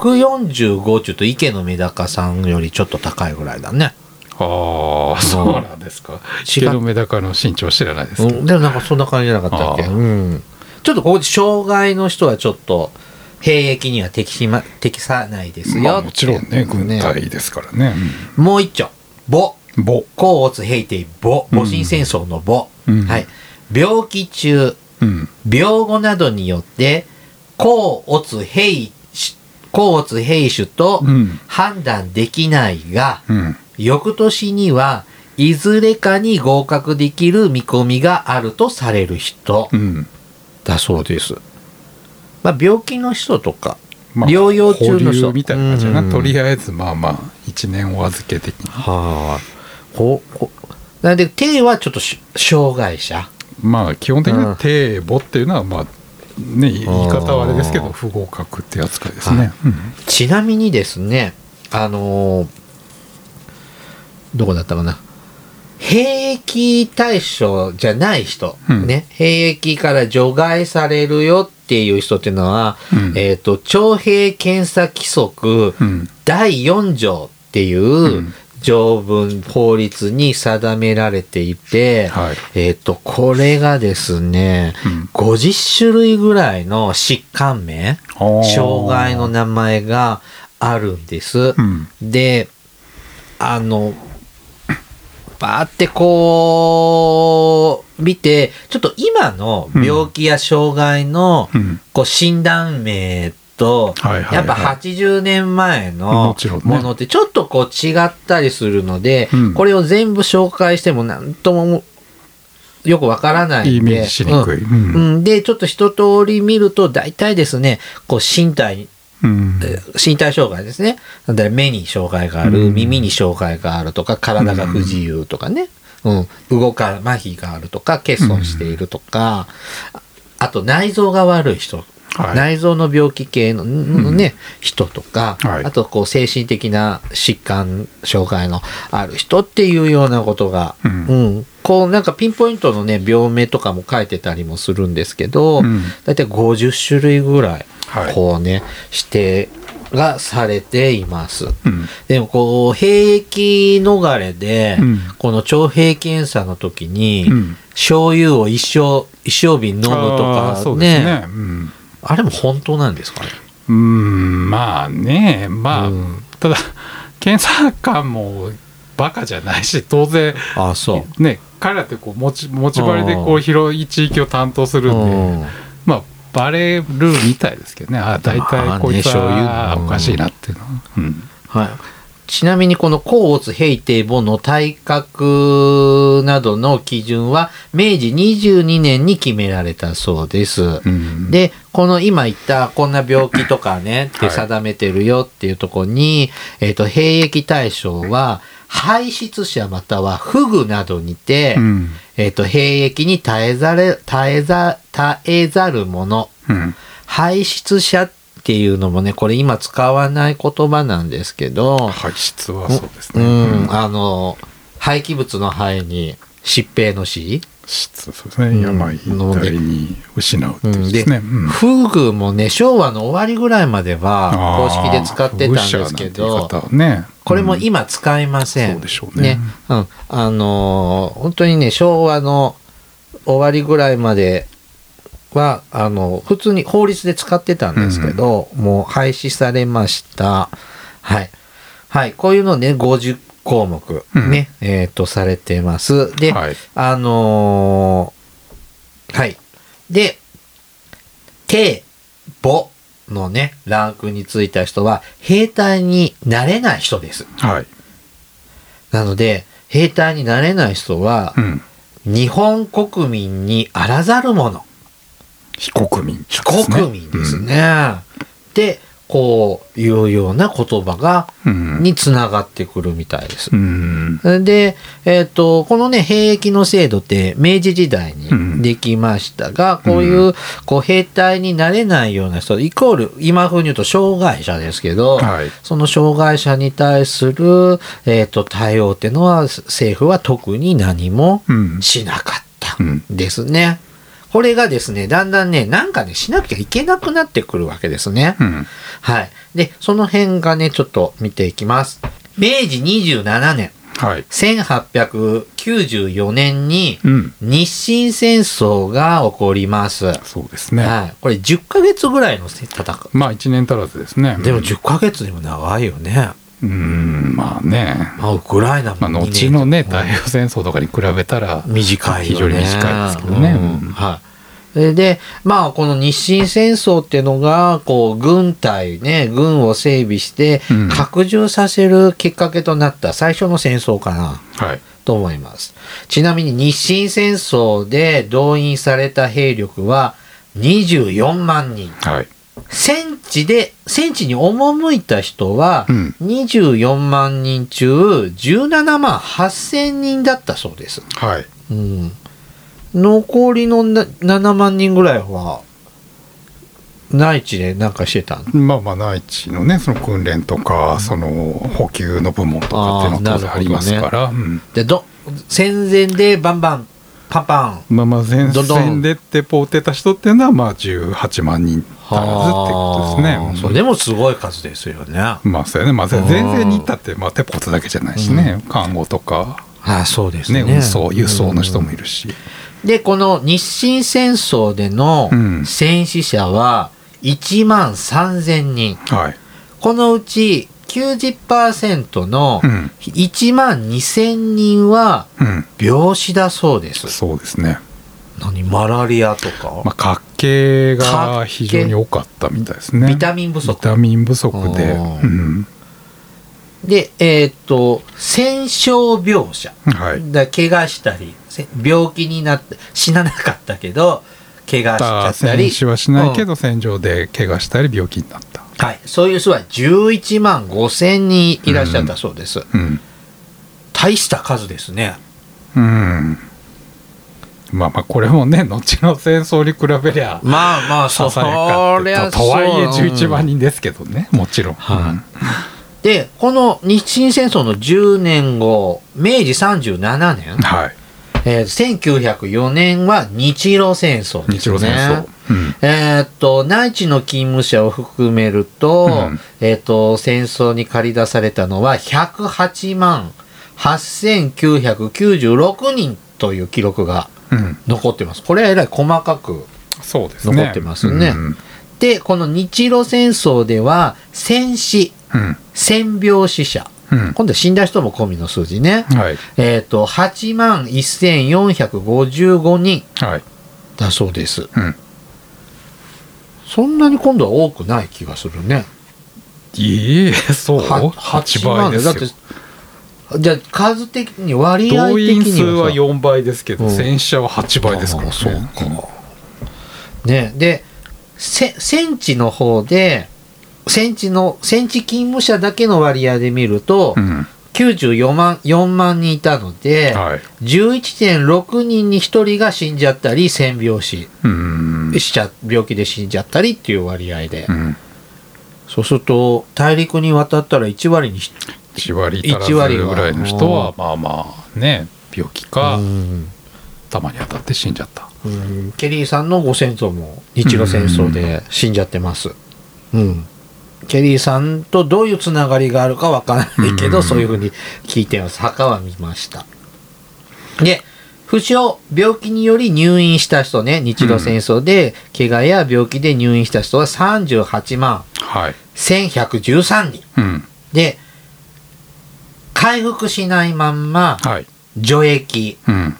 Speaker 1: 145っていうと池のメダカさんよりちょっと高いぐらいだね。
Speaker 2: ああそうなんですか
Speaker 1: 違う
Speaker 2: 池のメダカの身長知らないです
Speaker 1: う
Speaker 2: けど、
Speaker 1: ん、でもなんかそんな感じじゃなかったっけ
Speaker 2: あー
Speaker 1: うん。ちょっとここで障害の人はちょっと兵役には適しま適さないですよ、
Speaker 2: まあもちろんね軍隊ですからね
Speaker 1: もう一丁。母。
Speaker 2: うんぼ
Speaker 1: 甲乙平定母。
Speaker 2: うん
Speaker 1: 戊辰戦争の母。
Speaker 2: うん
Speaker 1: はい。病気中、
Speaker 2: うん
Speaker 1: 病後などによって、甲乙平氏、甲乙平種と
Speaker 2: うん
Speaker 1: 判断できないが、
Speaker 2: うん
Speaker 1: 翌年には、いずれかに合格できる見込みがあるとされる人
Speaker 2: うん
Speaker 1: だそうです。まあ、病気の人とか、
Speaker 2: まあ
Speaker 1: 療養中の人
Speaker 2: 保留みたいな感じだな、
Speaker 1: うん
Speaker 2: とりあえずまあまあ1年お預け的に
Speaker 1: はい。こう、こうなんで、手はちょっとし障害者。
Speaker 2: まあ基本的に
Speaker 1: うん
Speaker 2: は低母っていうのはまあね言い方はあれですけど不合格っていう扱いですね、
Speaker 1: はいちなみにですね、あのーどこだったかな。兵役対象じゃない人、
Speaker 2: うん
Speaker 1: ね、兵役から除外されるよっていう人っていうのは、
Speaker 2: うん
Speaker 1: えっ、と、徴兵検査規則、
Speaker 2: うんうん
Speaker 1: 第4条っていうん条文、法律に定められていて、
Speaker 2: はい
Speaker 1: えっ、と、これがですね、
Speaker 2: うん
Speaker 1: 50種類ぐらいの疾患名、
Speaker 2: あー
Speaker 1: 障害の名前があるんです。
Speaker 2: うん
Speaker 1: で、あの、バーってこう、見て、ちょっと今の病気や障害の
Speaker 2: うん
Speaker 1: こう診断名と、
Speaker 2: はいはいはい
Speaker 1: やっぱ80年前の
Speaker 2: もちろんね
Speaker 1: ものってちょっとこう違ったりするので、
Speaker 2: うん
Speaker 1: これを全部紹介しても何ともよくわからないんで。
Speaker 2: イメージしにくい
Speaker 1: うん
Speaker 2: うん
Speaker 1: うんで、ちょっと一通り見ると、大体ですね、こう身体、
Speaker 2: うん
Speaker 1: 身体障害ですね。だから目に障害がある、
Speaker 2: うん
Speaker 1: 耳に障害があるとか、体が不自由とかね。うん、動か、麻痺があるとか、欠損しているとか、ああと内臓が悪い人。
Speaker 2: はい
Speaker 1: 内臓の病気系のんね、人とか、
Speaker 2: はい
Speaker 1: あとこう精神的な疾患、障害のある人っていうようなことが、
Speaker 2: うん
Speaker 1: うん、こうなんかピンポイントのね、病名とかも書いてたりもするんですけど、
Speaker 2: うん
Speaker 1: だいたい50種類ぐらい
Speaker 2: はい
Speaker 1: こうね、指定がされています。
Speaker 2: うん
Speaker 1: でもこう、兵役逃れで、
Speaker 2: うん
Speaker 1: この徴兵検査の時に、
Speaker 2: うん
Speaker 1: 醤油を一生、一生瓶飲むと
Speaker 2: あー
Speaker 1: か
Speaker 2: そうで
Speaker 1: ね
Speaker 2: すねうん
Speaker 1: あれも本当なんですかね。
Speaker 2: うんまあねまあ、
Speaker 1: うん
Speaker 2: ただ検査官もバカじゃないし当然
Speaker 1: あ、そ
Speaker 2: ね彼らってこう持ち持ち回りでこ
Speaker 1: あー
Speaker 2: う広い地域を担当す
Speaker 1: う。
Speaker 2: るんで、まあバレるみたいですけどねあ大
Speaker 1: まあ
Speaker 2: 体
Speaker 1: ね
Speaker 2: こいつ
Speaker 1: そういう
Speaker 2: は
Speaker 1: の
Speaker 2: おかしいなっていうのは、うん
Speaker 1: はい。ちなみにこの甲乙平定母の体格などの基準は明治22年に決められたそうです。
Speaker 2: うん
Speaker 1: で、この今言ったこんな病気とかねって
Speaker 2: はい
Speaker 1: 定めてるよっていうとこに、えっ、と、兵役対象は、排出者またはフグなどにて、
Speaker 2: うん
Speaker 1: えっ、と、兵役に耐えざれ、耐えざ、耐えざるもの、
Speaker 2: うん
Speaker 1: 排出者っていうのもね、これ今使わない言葉なんですけど、
Speaker 2: 排出はそうです
Speaker 1: う
Speaker 2: ね、
Speaker 1: ん、あの、廃棄物の肺に疾病の死、
Speaker 2: 質そうですね、病
Speaker 1: ので
Speaker 2: 一体に失うって
Speaker 1: う、
Speaker 2: いうんで
Speaker 1: です
Speaker 2: ね、うん
Speaker 1: フグもね、昭和の終わりぐらいまでは公式で使ってたんですけ
Speaker 2: あ
Speaker 1: ど
Speaker 2: ー、風車なんて言い方はね、
Speaker 1: これも
Speaker 2: うん
Speaker 1: 今使いません。
Speaker 2: そうでしょうね
Speaker 1: うん。あのー本当にね、昭和の終わりぐらいまでは、あの、普通に法律で使ってたんですけど、もう廃止されました。はい。はい。こういうのね、50項目ね、えっ、と、されてます。で、
Speaker 2: はい
Speaker 1: あのーはい。で、低、母のね、ランクについた人は、兵隊になれない人です。
Speaker 2: はい、
Speaker 1: なので、兵隊になれない人は
Speaker 2: う、ん、
Speaker 1: 日本国民にあらざるもの、
Speaker 2: 非国民、
Speaker 1: 非国民ですね。で、こういうような言葉が、
Speaker 2: うん
Speaker 1: につながってくるみたいです
Speaker 2: う。ん
Speaker 1: で、えっとこのね兵役の制度って明治時代にできましたが、
Speaker 2: うん
Speaker 1: こういうこう兵隊になれないような人イコール今風に言うと障害者ですけど、
Speaker 2: はい
Speaker 1: その障害者に対する、えっと対応っていうのは政府は特に何も
Speaker 2: うん
Speaker 1: しなかったんですね。これがですね、だんだんね、なんかね、しなきゃいけなくなってくるわけですね。
Speaker 2: うん
Speaker 1: はい。で、その辺がね、ちょっと見ていきます。明治27年、
Speaker 2: はい
Speaker 1: 1894年に
Speaker 2: うん
Speaker 1: 日清戦争が起こります。
Speaker 2: そうですね、
Speaker 1: はい。これ10ヶ月ぐらいの戦い。
Speaker 2: まあ1年足らずですね
Speaker 1: でも10ヶ月でも長いよね。
Speaker 2: うんまあね
Speaker 1: まあ、ウクライナも
Speaker 2: まあ
Speaker 1: 2
Speaker 2: 後
Speaker 1: 年
Speaker 2: のね
Speaker 1: うん
Speaker 2: 太平洋戦争とかに比べたら
Speaker 1: 短いよね。
Speaker 2: 非常に短いですけどね
Speaker 1: うん
Speaker 2: うん
Speaker 1: はい。でで、まあ、この日清戦争っていうのが、こう、軍隊ね、軍を整備して
Speaker 2: うん、
Speaker 1: 拡充させるきっかけとなった最初の戦争かな、
Speaker 2: はい
Speaker 1: と思います。ちなみに日清戦争で動員された兵力は24万人。
Speaker 2: はい
Speaker 1: 戦地で、戦地に赴いた人は
Speaker 2: うん、
Speaker 1: 24万人中17万8000人だったそうです。
Speaker 2: はい
Speaker 1: うん、残りのな7万人ぐらいは内地でなんかしてたの
Speaker 2: まあまあ内地のねその訓練とかその補給の部門とかっていうのは当然
Speaker 1: あー
Speaker 2: ありますから、うん
Speaker 1: でど戦前でバンバンパンパン
Speaker 2: まあまあ前
Speaker 1: どんどん
Speaker 2: 線で鉄砲を撃てた人っていうのはまあ18万人足らずってことですね
Speaker 1: はあ
Speaker 2: うん。
Speaker 1: それでもすごい数ですよねあ
Speaker 2: まあそうやね、まあ、前
Speaker 1: うん
Speaker 2: 線に行ったって、まあ、鉄砲撃つだけじゃないしね、看護とか、
Speaker 1: あそうです
Speaker 2: ね
Speaker 1: ね
Speaker 2: 運送輸送の人もいるし、
Speaker 1: でこの日清戦争での
Speaker 2: うん
Speaker 1: 戦死者は1万3000人
Speaker 2: はい、
Speaker 1: このうち90%の
Speaker 2: うん
Speaker 1: 1万2000人は
Speaker 2: うん、
Speaker 1: 病死だそうです
Speaker 2: そうですね、
Speaker 1: 何マラリアとか、
Speaker 2: まあ、活気が
Speaker 1: 活気
Speaker 2: 非常に多かったみたいですね
Speaker 1: ビタミン不足
Speaker 2: ビタミン不足で、
Speaker 1: あー
Speaker 2: うん
Speaker 1: でえーっと戦傷病者
Speaker 2: はい、
Speaker 1: だ怪我したりせ病気になって死ななかったけど怪我しちゃったり
Speaker 2: 戦死はしないけ
Speaker 1: うん
Speaker 2: ど戦場で怪我したり病気になった、
Speaker 1: はい、そういう人は11万5千人いらっしゃったそうです、
Speaker 2: うん
Speaker 1: 大した数ですね
Speaker 2: うん、まあまあこれもね後の戦争に比べりゃ
Speaker 1: まあまあそ
Speaker 2: さ
Speaker 1: うそ
Speaker 2: さやかっ
Speaker 1: り
Speaker 2: て
Speaker 1: ゃ
Speaker 2: ととはいえ
Speaker 1: そううん
Speaker 2: 11万人ですけどね、もちろん、
Speaker 1: はい
Speaker 2: うん
Speaker 1: でこの日清戦争の10年後明治37年、
Speaker 2: はい
Speaker 1: えー1904年は日露戦争ですね
Speaker 2: 日露戦争、うん
Speaker 1: えーっと内地の勤務者を含めると,、
Speaker 2: うん
Speaker 1: えーっと戦争に駆り出されたのは108万8996人という記録が
Speaker 2: うん、
Speaker 1: 残ってますこれはえらい細かく
Speaker 2: そうですね
Speaker 1: 残ってますね
Speaker 2: うん
Speaker 1: でこの日露戦争では戦死
Speaker 2: うん
Speaker 1: 戦病死者
Speaker 2: うん
Speaker 1: 今度は死んだ人も込みの数字ね、
Speaker 2: はい
Speaker 1: えーっと8万1455人
Speaker 2: はい、
Speaker 1: だそうです
Speaker 2: うん、
Speaker 1: そんなに今度は多くない気がするね
Speaker 2: いえそう
Speaker 1: は
Speaker 2: 8倍ですよ
Speaker 1: だってじゃあ数的に割合
Speaker 2: 動
Speaker 1: 的
Speaker 2: 員
Speaker 1: に
Speaker 2: 数は
Speaker 1: さ
Speaker 2: 4倍ですけど、
Speaker 1: うん
Speaker 2: 戦死者は8倍ですから、ね、
Speaker 1: あそうかねでせ戦地の方で戦地の戦地勤務者だけの割合で見ると、
Speaker 2: うん、
Speaker 1: 94万4万人いたので、
Speaker 2: はい
Speaker 1: 11.6人に1人が死んじゃったり戦病死
Speaker 2: うん
Speaker 1: しちゃ病気で死んじゃったりっていう割合で、
Speaker 2: うん
Speaker 1: そうすると大陸に渡ったら1割にひ
Speaker 2: 1割足らず
Speaker 1: 一割は
Speaker 2: ぐらいの人はまあまあね病気か、
Speaker 1: うん
Speaker 2: たまに当たって死んじゃった
Speaker 1: うんケリーさんのご先祖も日露戦争で死んじゃってます。うん。ケリーさんとどういうつながりがあるかわからないけど、
Speaker 2: うん
Speaker 1: そういうふうに聞いてます。墓は見ました。で、不詳、病気により入院した人ね、日露戦争で、怪我や病気で入院した人は38万
Speaker 2: はい、
Speaker 1: 1113人。
Speaker 2: うん、
Speaker 1: で、回復しないまんま、
Speaker 2: はい
Speaker 1: 除役、
Speaker 2: うん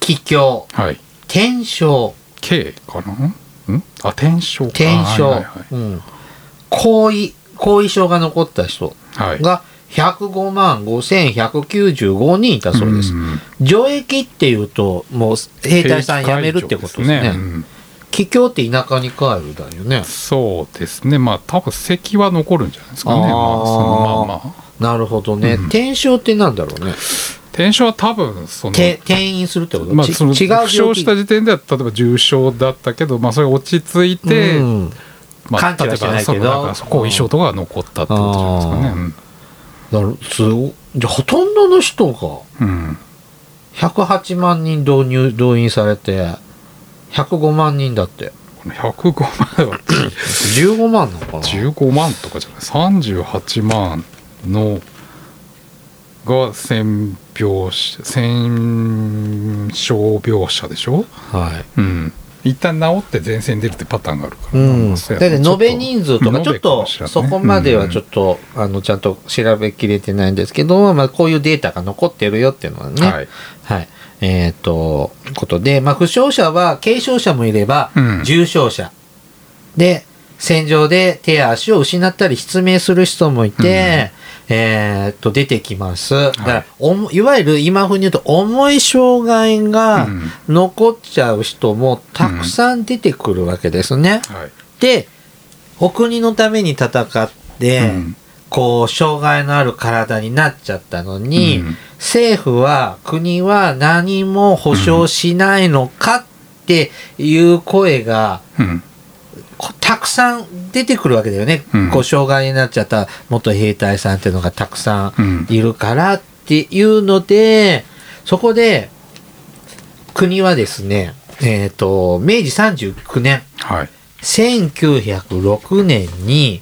Speaker 1: 気境、
Speaker 2: はい
Speaker 1: 転生、
Speaker 2: K かな？ん？あ転生か
Speaker 1: 転生、
Speaker 2: はいはい
Speaker 1: うん、後遺後遺症が残った人
Speaker 2: はい、はい
Speaker 1: が105万5195人いたそうです
Speaker 2: ん
Speaker 1: 除役っていうともう兵隊さん辞めるってことですね
Speaker 2: うん
Speaker 1: 帰郷って田舎に帰るだよね
Speaker 2: そうですねまあ多分席は残るんじゃないですかね
Speaker 1: あー
Speaker 2: まあそのまま
Speaker 1: なるほどね、
Speaker 2: うん
Speaker 1: 転生ってなんだろうね
Speaker 2: 転生は多分その
Speaker 1: て転院するってこと、
Speaker 2: まあ、
Speaker 1: ち
Speaker 2: その負
Speaker 1: 違う病気
Speaker 2: 傷した時点では例えば重症だったけど、まあ、それが落ち着いて、
Speaker 1: うん
Speaker 2: まあ、
Speaker 1: 完治はしてないけど
Speaker 2: 例えばそのなんかそこ後遺症とかが残ったってことじゃないですかね。
Speaker 1: なるすごじゃあほとんどの人が
Speaker 2: うんうん
Speaker 1: 108万人導入動員されて105万人だって
Speaker 2: この105万は
Speaker 1: 15万なのかな
Speaker 2: 15万とかじゃない38万のが戦病死戦傷病者でしょ、
Speaker 1: はい
Speaker 2: うん、一旦治って前線に出るってパターンがあるから、
Speaker 1: うん、だっ
Speaker 2: そ
Speaker 1: て
Speaker 2: うやね
Speaker 1: 延べ人数とかち
Speaker 2: ち
Speaker 1: ょ
Speaker 2: ょ
Speaker 1: っ
Speaker 2: っと
Speaker 1: とそこまではちょっと、あのちゃんと調べきれてないんですけど、まあ、こういうデータが残ってるよっていうのはね、
Speaker 2: はい
Speaker 1: はい。えっ、と、ことで、まあ、負傷者は軽傷者もいれば
Speaker 2: うん、
Speaker 1: 重傷者。で、戦場で手や足を失ったり失明する人もいて、えっと、出てきます。だからおもいわゆる今風に言うと、重い障害が
Speaker 2: うん
Speaker 1: 残っちゃう人もたくさん出てくるわけですね。
Speaker 2: はい
Speaker 1: で、お国のために戦って、
Speaker 2: うん
Speaker 1: こう、障害のある体になっちゃったのに、
Speaker 2: うん
Speaker 1: 政府は、国は何も保障しないのかっていう声が、
Speaker 2: うん
Speaker 1: こたくさん出てくるわけだよね。
Speaker 2: うん
Speaker 1: こう、障害になっちゃった元兵隊さんっていうのがたくさ
Speaker 2: うんん
Speaker 1: いるからっていうので、そこで、国はですね、えっ、と、明治39年、
Speaker 2: はい
Speaker 1: 1906年に、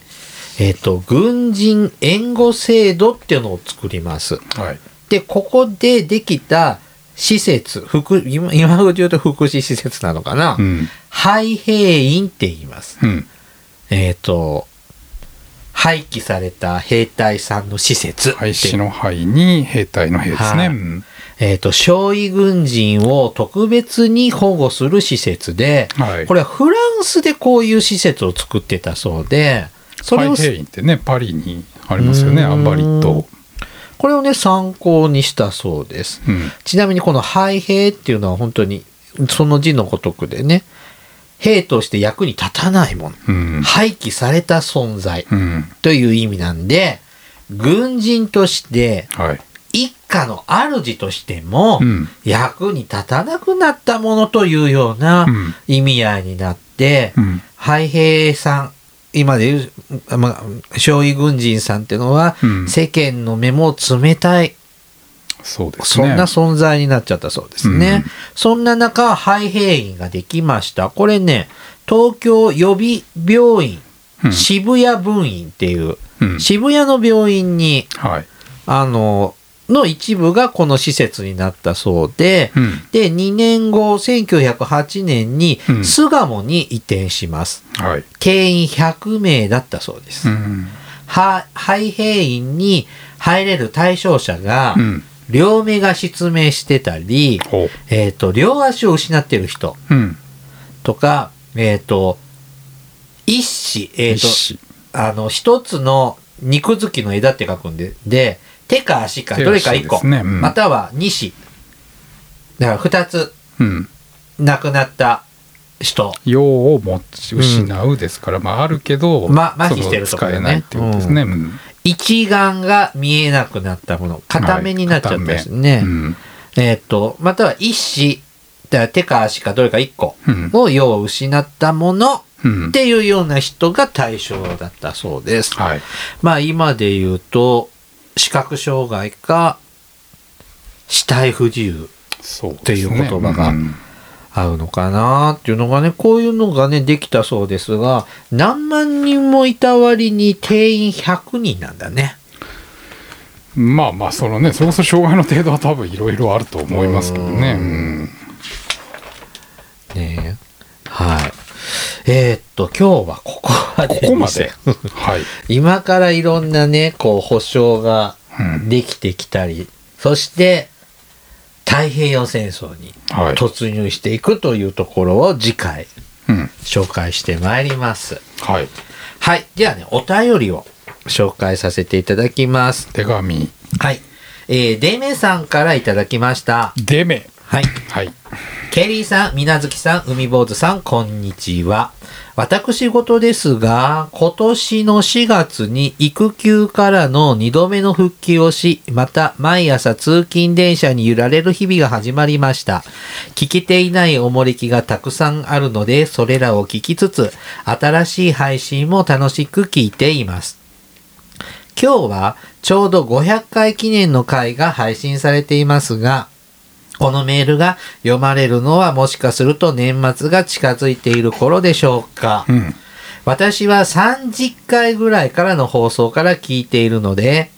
Speaker 1: えっと、軍人援護制度っていうのを作ります。
Speaker 2: はい
Speaker 1: で、ここでできた施設、福今今風で言うと福祉施設なのかな、
Speaker 2: うん
Speaker 1: 廃兵院って言います。
Speaker 2: うん
Speaker 1: えっ、と、廃棄された兵隊さんの施設って。
Speaker 2: 廃止の灰に兵隊の兵です
Speaker 1: はい
Speaker 2: ねうん
Speaker 1: えっ、と、傷痍軍人を特別に保護する施設で、
Speaker 2: はい
Speaker 1: これはフランスでこういう施設を作ってたそうで、それ
Speaker 2: 廃
Speaker 1: を
Speaker 2: 兵院ってねパリにありますよね
Speaker 1: うーん
Speaker 2: アンバリと、
Speaker 1: これをね、参考にしたそうです。
Speaker 2: うん、
Speaker 1: ちなみにこの廃兵っていうのは本当にその字のごとくでね、兵として役に立たないもの、
Speaker 2: うん
Speaker 1: 廃棄された存在
Speaker 2: うん
Speaker 1: という意味なんで、軍人として
Speaker 2: はい
Speaker 1: 一家の主としても
Speaker 2: うん
Speaker 1: 役に立たなくなったものというような
Speaker 2: うん
Speaker 1: 意味合いになって、
Speaker 2: うん
Speaker 1: 廃兵さん今でいう、まあ、少尉軍人さんっていうのは、
Speaker 2: うん
Speaker 1: 世間の目も冷たい
Speaker 2: そうですね
Speaker 1: そんな存在になっちゃったそうですね。
Speaker 2: うん
Speaker 1: そんな中、肺閉院ができました。これね、東京予備病院、
Speaker 2: うん
Speaker 1: 渋谷分院っていう、
Speaker 2: うん
Speaker 1: 渋谷の病院に、
Speaker 2: はい
Speaker 1: あの、の一部がこの施設になったそうで、
Speaker 2: うん
Speaker 1: で、2年後、1908年に
Speaker 2: うん
Speaker 1: 巣鴨に移転します。
Speaker 2: はい
Speaker 1: 定員100名だったそうです。
Speaker 2: うん
Speaker 1: は肺閉院に入れる対象者が、
Speaker 2: うん
Speaker 1: 両目が失明してたり、
Speaker 2: ほう
Speaker 1: えっ、と、両足を失ってる人
Speaker 2: うん
Speaker 1: とか、えっ、と、一子、えっ、
Speaker 2: 一子
Speaker 1: と、あの、一つの肉付きの枝って書くんで、で、手か足か、
Speaker 2: 手足
Speaker 1: どれか一個、
Speaker 2: ですねうん
Speaker 1: または二子。だから二つ
Speaker 2: うん
Speaker 1: 亡くなった人。
Speaker 2: 用を持ち失うですから、まああるけど、
Speaker 1: ま麻痺してると
Speaker 2: その
Speaker 1: かね
Speaker 2: 使えないっていうことですね、うん
Speaker 1: 一眼が見えなくなったもの。片目になっちゃったんですね。
Speaker 2: はい片目うん
Speaker 1: えっ、と、または一子、だから手か足かどれか一個
Speaker 2: うん
Speaker 1: を要は失ったもの、
Speaker 2: うん
Speaker 1: っていうような人が対象だったそうです。
Speaker 2: はい
Speaker 1: まあ今で言うと視覚障害か死体不自由
Speaker 2: そうで
Speaker 1: っ
Speaker 2: すね
Speaker 1: ていう言葉が
Speaker 2: うん
Speaker 1: 合うのかなっていうのがねこういうのがねできたそうですが何万人もいた割に定員100人なんだね。
Speaker 2: まあまあそのねそれこそ障害の程度は多分いろいろあると思いますけどねうん
Speaker 1: ねえはい。えーっと今日はここまで、
Speaker 2: ここまではい
Speaker 1: 今からいろんなねこう保証ができてきたり、そして太平洋戦争に
Speaker 2: はい
Speaker 1: 突入していくというところを次回
Speaker 2: うん
Speaker 1: 紹介してまいります。
Speaker 2: はい
Speaker 1: はい。ではね、お便りを紹介させていただきます。
Speaker 2: 手紙
Speaker 1: はい。えー、デメさんからいただきました。
Speaker 2: デメ
Speaker 1: はい。
Speaker 2: はい
Speaker 1: ケリーさん、みなずきさん、海坊主さん、こんにちは。私事ですが、今年の4月に育休からの2度目の復帰をし、また毎朝通勤電車に揺られる日々が始まりました。聞けていないおもれきがたくさんあるので、それらを聞きつつ、新しい配信も楽しく聞いています。今日はちょうど500回記念の回が配信されていますが、このメールが読まれるのはもしかすると年末が近づいている頃でしょうか。
Speaker 2: うん
Speaker 1: 私は30回ぐらいからの放送から聞いているので、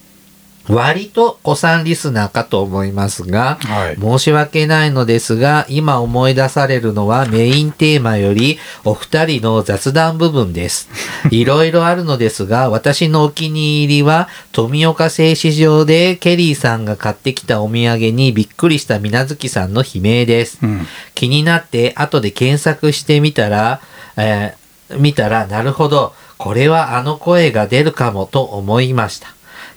Speaker 1: 割と子さんリスナーかと思いますが、
Speaker 2: はい
Speaker 1: 申し訳ないのですが、今思い出されるのはメインテーマよりお二人の雑談部分 です。いろいろあるのですが、私のお気に入りは、富岡製糸場でケリーさんが買ってきたお土産にびっくりした水無月さんの悲鳴です。
Speaker 2: うん
Speaker 1: 気になって後で検索してみたら、えー見たらなるほどこれはあの声が出るかもと思いました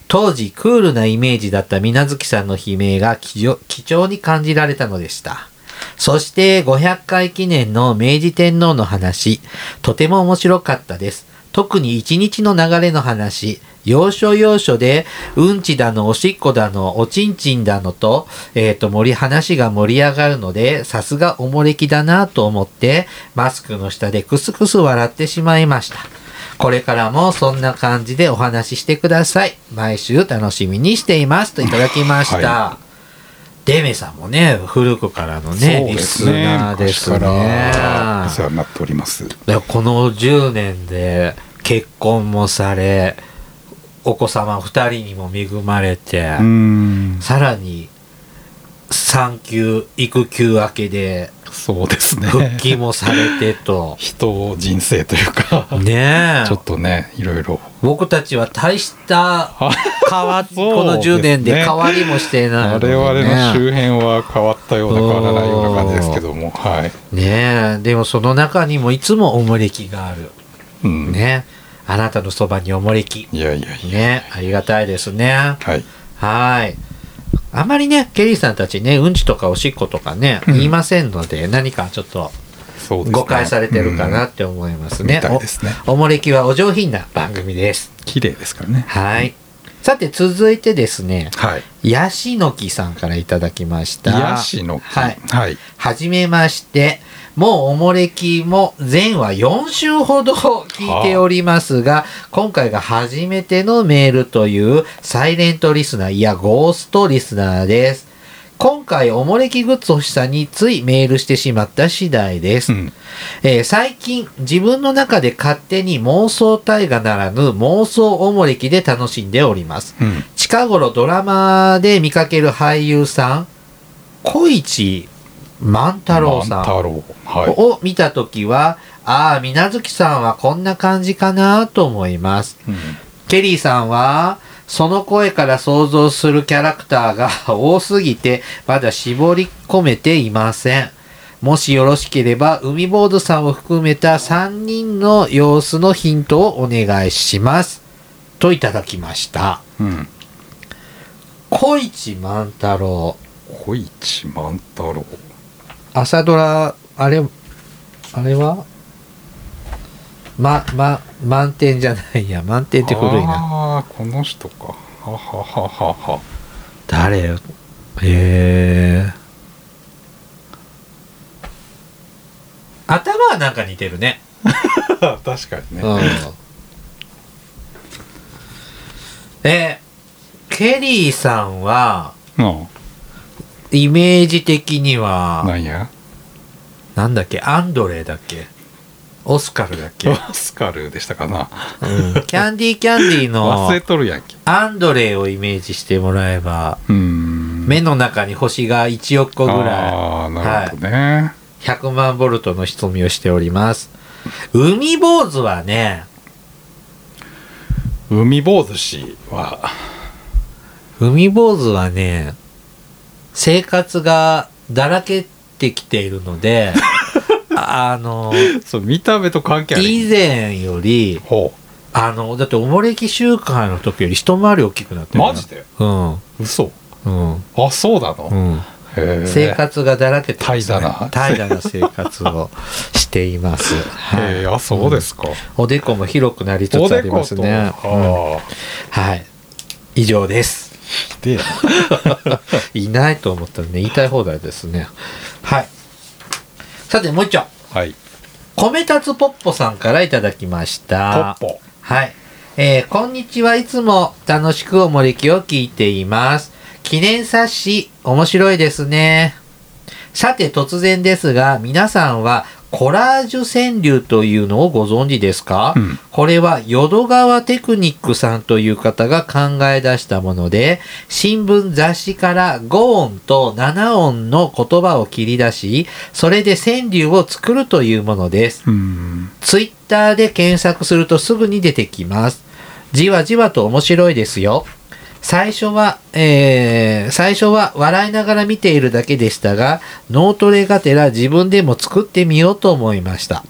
Speaker 1: 当時クールなイメージだった水無月さんの悲鳴が貴重貴重に感じられたのでしたそして500回記念の明治天皇の話とても面白かったです特に一日の流れの話要所要所でうんちだのおしっこだのおちんちんだのと,、えー、と盛り話が盛り上がるのでさすがおもれきだなと思ってマスクの下でクスクス笑ってしまいましたこれからもそんな感じでお話ししてください毎週楽しみにしていますといただきました、
Speaker 2: は
Speaker 1: デメさんもね古くからのねリスナーですね
Speaker 2: 昔からお世話になっております
Speaker 1: だからこの10年で結婚もされお子様2人にも恵まれて、
Speaker 2: うん
Speaker 1: さらに産休育休明けで
Speaker 2: そうですね
Speaker 1: 復帰もされて と
Speaker 2: 人人生というか
Speaker 1: ね
Speaker 2: ちょ
Speaker 1: え
Speaker 2: っとねいろいろ
Speaker 1: 僕たちは大した変わっ、
Speaker 2: そうですね
Speaker 1: この10年で変わりもしてないの
Speaker 2: 我
Speaker 1: にね
Speaker 2: 々の周辺は変わったような変わらないような感じですけどもはい、
Speaker 1: ねえでもその中にもいつもおもれきがある
Speaker 2: うん、
Speaker 1: ねあなたのそばにおもれき
Speaker 2: いやいやいや
Speaker 1: ねありがたいですね
Speaker 2: はい
Speaker 1: はい。あまりね、ケリーさんたちね、うんちとかおしっことかね、
Speaker 2: うん
Speaker 1: 言いませんので、何かちょっと
Speaker 2: そうですね
Speaker 1: 誤解されてるかなって思います
Speaker 2: うん
Speaker 1: ね
Speaker 2: み。たいですね
Speaker 1: おおもれきはお上品な番組です。
Speaker 2: 綺麗ですからね
Speaker 1: はい。さて、続いてですね、
Speaker 2: はい
Speaker 1: ヤシの木さんからいただきました。
Speaker 2: ヤシの木
Speaker 1: はい。
Speaker 2: はい、
Speaker 1: はじめまして。もうおもれきも前は4週ほど聞いておりますが、今回が初めてのメールというサイレントリスナー、いやゴーストリスナーです。今回おもれきグッズ欲しさについメールしてしまった次第です。
Speaker 2: うん
Speaker 1: えー最近自分の中で勝手に妄想大河ならぬ妄想おもれきで楽しんでおります。
Speaker 2: うん、
Speaker 1: 近頃ドラマで見かける俳優さん小市万太郎さん
Speaker 2: 万太郎は
Speaker 1: を見た時は、ああ水無月さんはこんな感じかなと思います
Speaker 2: い、うん
Speaker 1: ケリーさんはその声から想像するキャラクターが 多すぎてまだ絞り込めていませんもしよろしければ海坊主さんを含めた3人の様子のヒントをお願いしますといただきました
Speaker 2: うん、
Speaker 1: 小市万太郎
Speaker 2: 小市万太郎
Speaker 1: 朝ドラあれあれはまま満点じゃないや満点って古いな
Speaker 2: ああこの人かははははは
Speaker 1: 誰よへえ頭はなんか似てるね
Speaker 2: は確かにね、
Speaker 1: うんえケリーさんは
Speaker 2: うん、
Speaker 1: イメージ的には
Speaker 2: なんや
Speaker 1: なんだっけアンドレだっけオスカルだっけ、
Speaker 2: オスカルでしたかな
Speaker 1: キャンディーキャンディーの
Speaker 2: 忘れとるやんけ
Speaker 1: アンドレをイメージしてもらえば
Speaker 2: うん
Speaker 1: 目の中に星が1億個ぐら
Speaker 2: ああなるほどね、
Speaker 1: い100万ボルトの瞳をしております海坊主はね
Speaker 2: 海坊主氏は
Speaker 1: 海坊主はね生活がだらけてきているの であの
Speaker 2: そう見た目と関係ある
Speaker 1: 以前より
Speaker 2: ほ
Speaker 1: あのだっておもれき集会の時より一回り大きくなって
Speaker 2: う
Speaker 1: るな
Speaker 2: マジで
Speaker 1: うん
Speaker 2: 嘘
Speaker 1: うん
Speaker 2: あそうなの、
Speaker 1: うん
Speaker 2: へえ
Speaker 1: 生活がだらけてますね
Speaker 2: 怠惰な
Speaker 1: 怠惰な生活をしています。はい
Speaker 2: へえあそうですか、
Speaker 1: おでこも広くなりつ
Speaker 2: お
Speaker 1: つあ
Speaker 2: で
Speaker 1: り
Speaker 2: こ
Speaker 1: ます
Speaker 2: と、
Speaker 1: ね。うん
Speaker 2: ああ
Speaker 1: はい。以上です。
Speaker 2: で
Speaker 1: いないと思ったらね、言いたい放題ですね。はい。さて、もう一丁。
Speaker 2: はい
Speaker 1: 米達ポッポさんからいただきました。
Speaker 2: ポッポ
Speaker 1: はい。えーこんにちはいつも楽しくおもれきを聞いています。記念冊子、面白いですね。さて突然ですが、皆さんはコラージュ川柳というのをご存知ですか、
Speaker 2: うん
Speaker 1: これは淀川テクニックさんという方が考え出したもので、新聞雑誌から5音と7音の言葉を切り出し、それで川柳を作るというものです。
Speaker 2: うん
Speaker 1: ツイッターで検索するとすぐに出てきます。じわじわと面白いですよ。最初は、えー最初は笑いながら見ているだけでしたが、脳トレがてら自分でも作ってみようと思いました。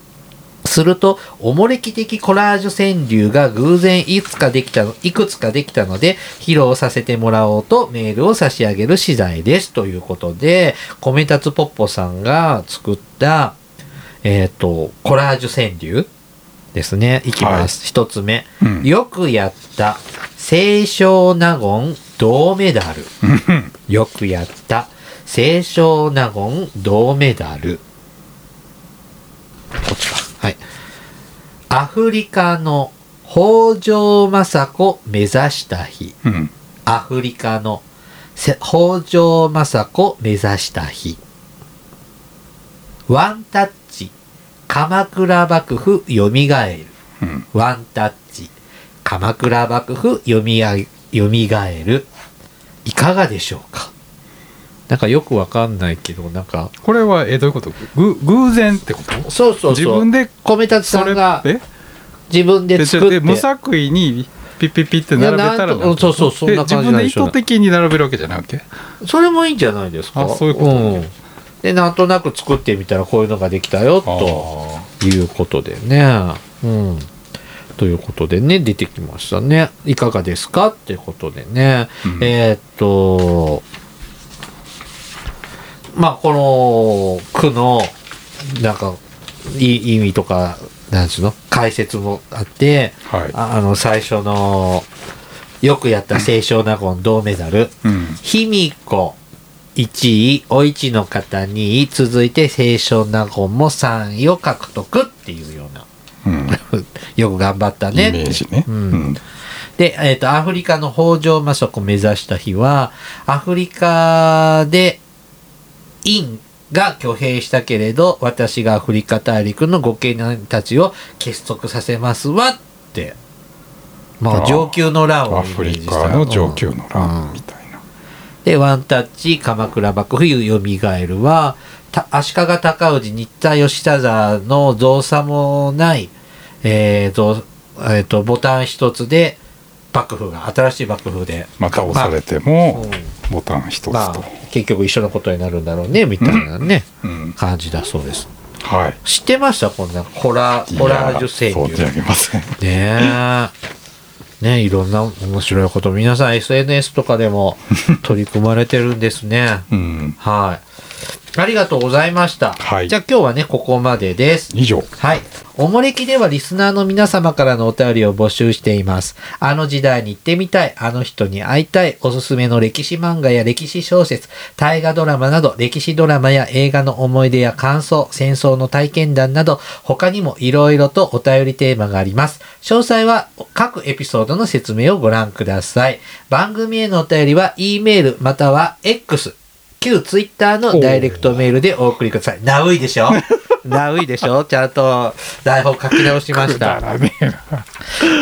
Speaker 1: すると、おもれき的コラージュ川柳が偶然いつかできたの、いくつかできたので、披露させてもらおうとメールを差し上げる次第です。ということで、米達ポッポさんが作った、えっ、と、コラージュ川柳ですね。いきます。一、つ目。
Speaker 2: うん
Speaker 1: よくやった。清少納言銅メダル。
Speaker 2: うん
Speaker 1: よくやった。清少納言銅メダル。こっちか。はい。アフリカの北条政子目指した日。
Speaker 2: うん
Speaker 1: アフリカのせ北条政子目指した日。ワンタッチ。鎌倉幕府蘇る。
Speaker 2: うん
Speaker 1: ワンタッチ。鎌倉幕府よみがよみがえる。いかがでしょうかなんかよくわかんないけど、なんか。
Speaker 2: これはえどういうことぐ偶然ってこと
Speaker 1: そうそうそう。
Speaker 2: 自分で
Speaker 1: 米達さんが
Speaker 2: え
Speaker 1: 自分で
Speaker 2: で
Speaker 1: 作って。
Speaker 2: で無作為にピッピッピッって並べたら
Speaker 1: いやなんとそうそうそんな感じ
Speaker 2: で
Speaker 1: なんで
Speaker 2: 自
Speaker 1: しょう
Speaker 2: 分で意図的に並べるわけじゃないわけ
Speaker 1: それもいいんじゃないですか。
Speaker 2: あそういうこと
Speaker 1: んで、なんとなく作ってみたらこういうのができたよ、と
Speaker 2: あ
Speaker 1: いうことでね。うん。ということでね、出てきましたね。いかがですかってことでね。
Speaker 2: うん
Speaker 1: えーっと、まあ、この句の、なんか、い意味とか、なんちゅうの解説もあって、
Speaker 2: ーはい
Speaker 1: ああの、最初の、よくやった清少納言銅メダル。
Speaker 2: うん
Speaker 1: 卑弥呼1位、お市の方2位、続いて清少納言も3位を獲得っていうような。
Speaker 2: うん
Speaker 1: よく頑張った
Speaker 2: イメ
Speaker 1: ね
Speaker 2: ー。ジね
Speaker 1: う
Speaker 2: うんん
Speaker 1: で、えっ、と、アフリカの北条政子を目指した日は、アフリカで、インが挙兵したけれど、私がアフリカ大陸の御家人たちを結束させますわって、ま
Speaker 2: あ
Speaker 1: あ、
Speaker 2: ー
Speaker 1: 上級の乱を
Speaker 2: ア
Speaker 1: イメ
Speaker 2: フ
Speaker 1: ー
Speaker 2: リ
Speaker 1: ジした
Speaker 2: カの上級の
Speaker 1: う
Speaker 2: 乱
Speaker 1: ん
Speaker 2: みたいな
Speaker 1: で、ワンタッチ、鎌倉幕府よみがえるは、た足利尊氏、新田義忠の造作もない、えーと、えーと、ボタン一つで、幕府が、新しい幕府で、
Speaker 2: また押されて
Speaker 1: う
Speaker 2: も
Speaker 1: ん
Speaker 2: ボタン一つと
Speaker 1: まあ、結局一緒のことになるんだろうね、みたいなね、
Speaker 2: うん
Speaker 1: 感じだそうです。
Speaker 2: はい
Speaker 1: 知ってましたこんな、コラ、コラージュ川
Speaker 2: いや存じ
Speaker 1: 柳
Speaker 2: 上。げません
Speaker 1: ねえ。ねいろんな面白いこと、皆さん SNS とかでも取り組まれてるんです ね。
Speaker 2: うん
Speaker 1: はい。ありがとうございました。
Speaker 2: はい
Speaker 1: じゃあ今日はね、ここまでです。
Speaker 2: 以上
Speaker 1: はい。おもれきではリスナーの皆様からのお便りを募集しています。あの時代に行ってみたい、あの人に会いたい、おすすめの歴史漫画や歴史小説、大河ドラマなど、歴史ドラマや映画の思い出や感想、戦争の体験談など、他にも色々とお便りテーマがあります。詳細は各エピソードの説明をご覧ください。番組へのお便りは、E メールまたは X、旧 Twitter のダイレクトメールでお送りください。ナウイでし ょナウイでしょちゃんと台本書き直しまし
Speaker 2: くだ
Speaker 1: た。
Speaker 2: らねえな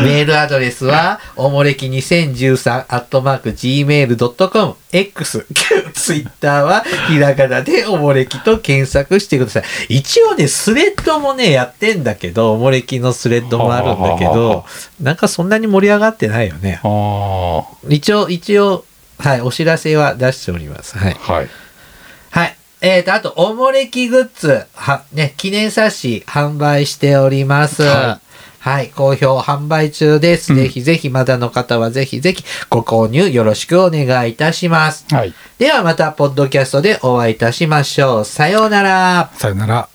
Speaker 1: メールアドレスは、おもれき2013アットマーク gmail.com、x、旧 Twitter は、ひらがなでおもれきと検索してください。一応ね、スレッドもね、やってんだけど、おもれきのスレッドもあるんだけ
Speaker 2: はあはあは
Speaker 1: ど、なんかそんなに盛り上がってないよね。
Speaker 2: ああは
Speaker 1: 一応、一応、はい、お知らせは出しております。はい。
Speaker 2: い
Speaker 1: はい。えー、と、あと、おもれきグッズ、は、ね、記念冊子販売しております。は。
Speaker 2: は
Speaker 1: は
Speaker 2: い
Speaker 1: い、好評販売中です。
Speaker 2: うん
Speaker 1: ぜひぜひ、まだの方はぜひぜひご購入よろしくお願いいたします。
Speaker 2: はい
Speaker 1: ではまた、ポッドキャストでお会いいたしましょう。さようなら。
Speaker 2: さよなら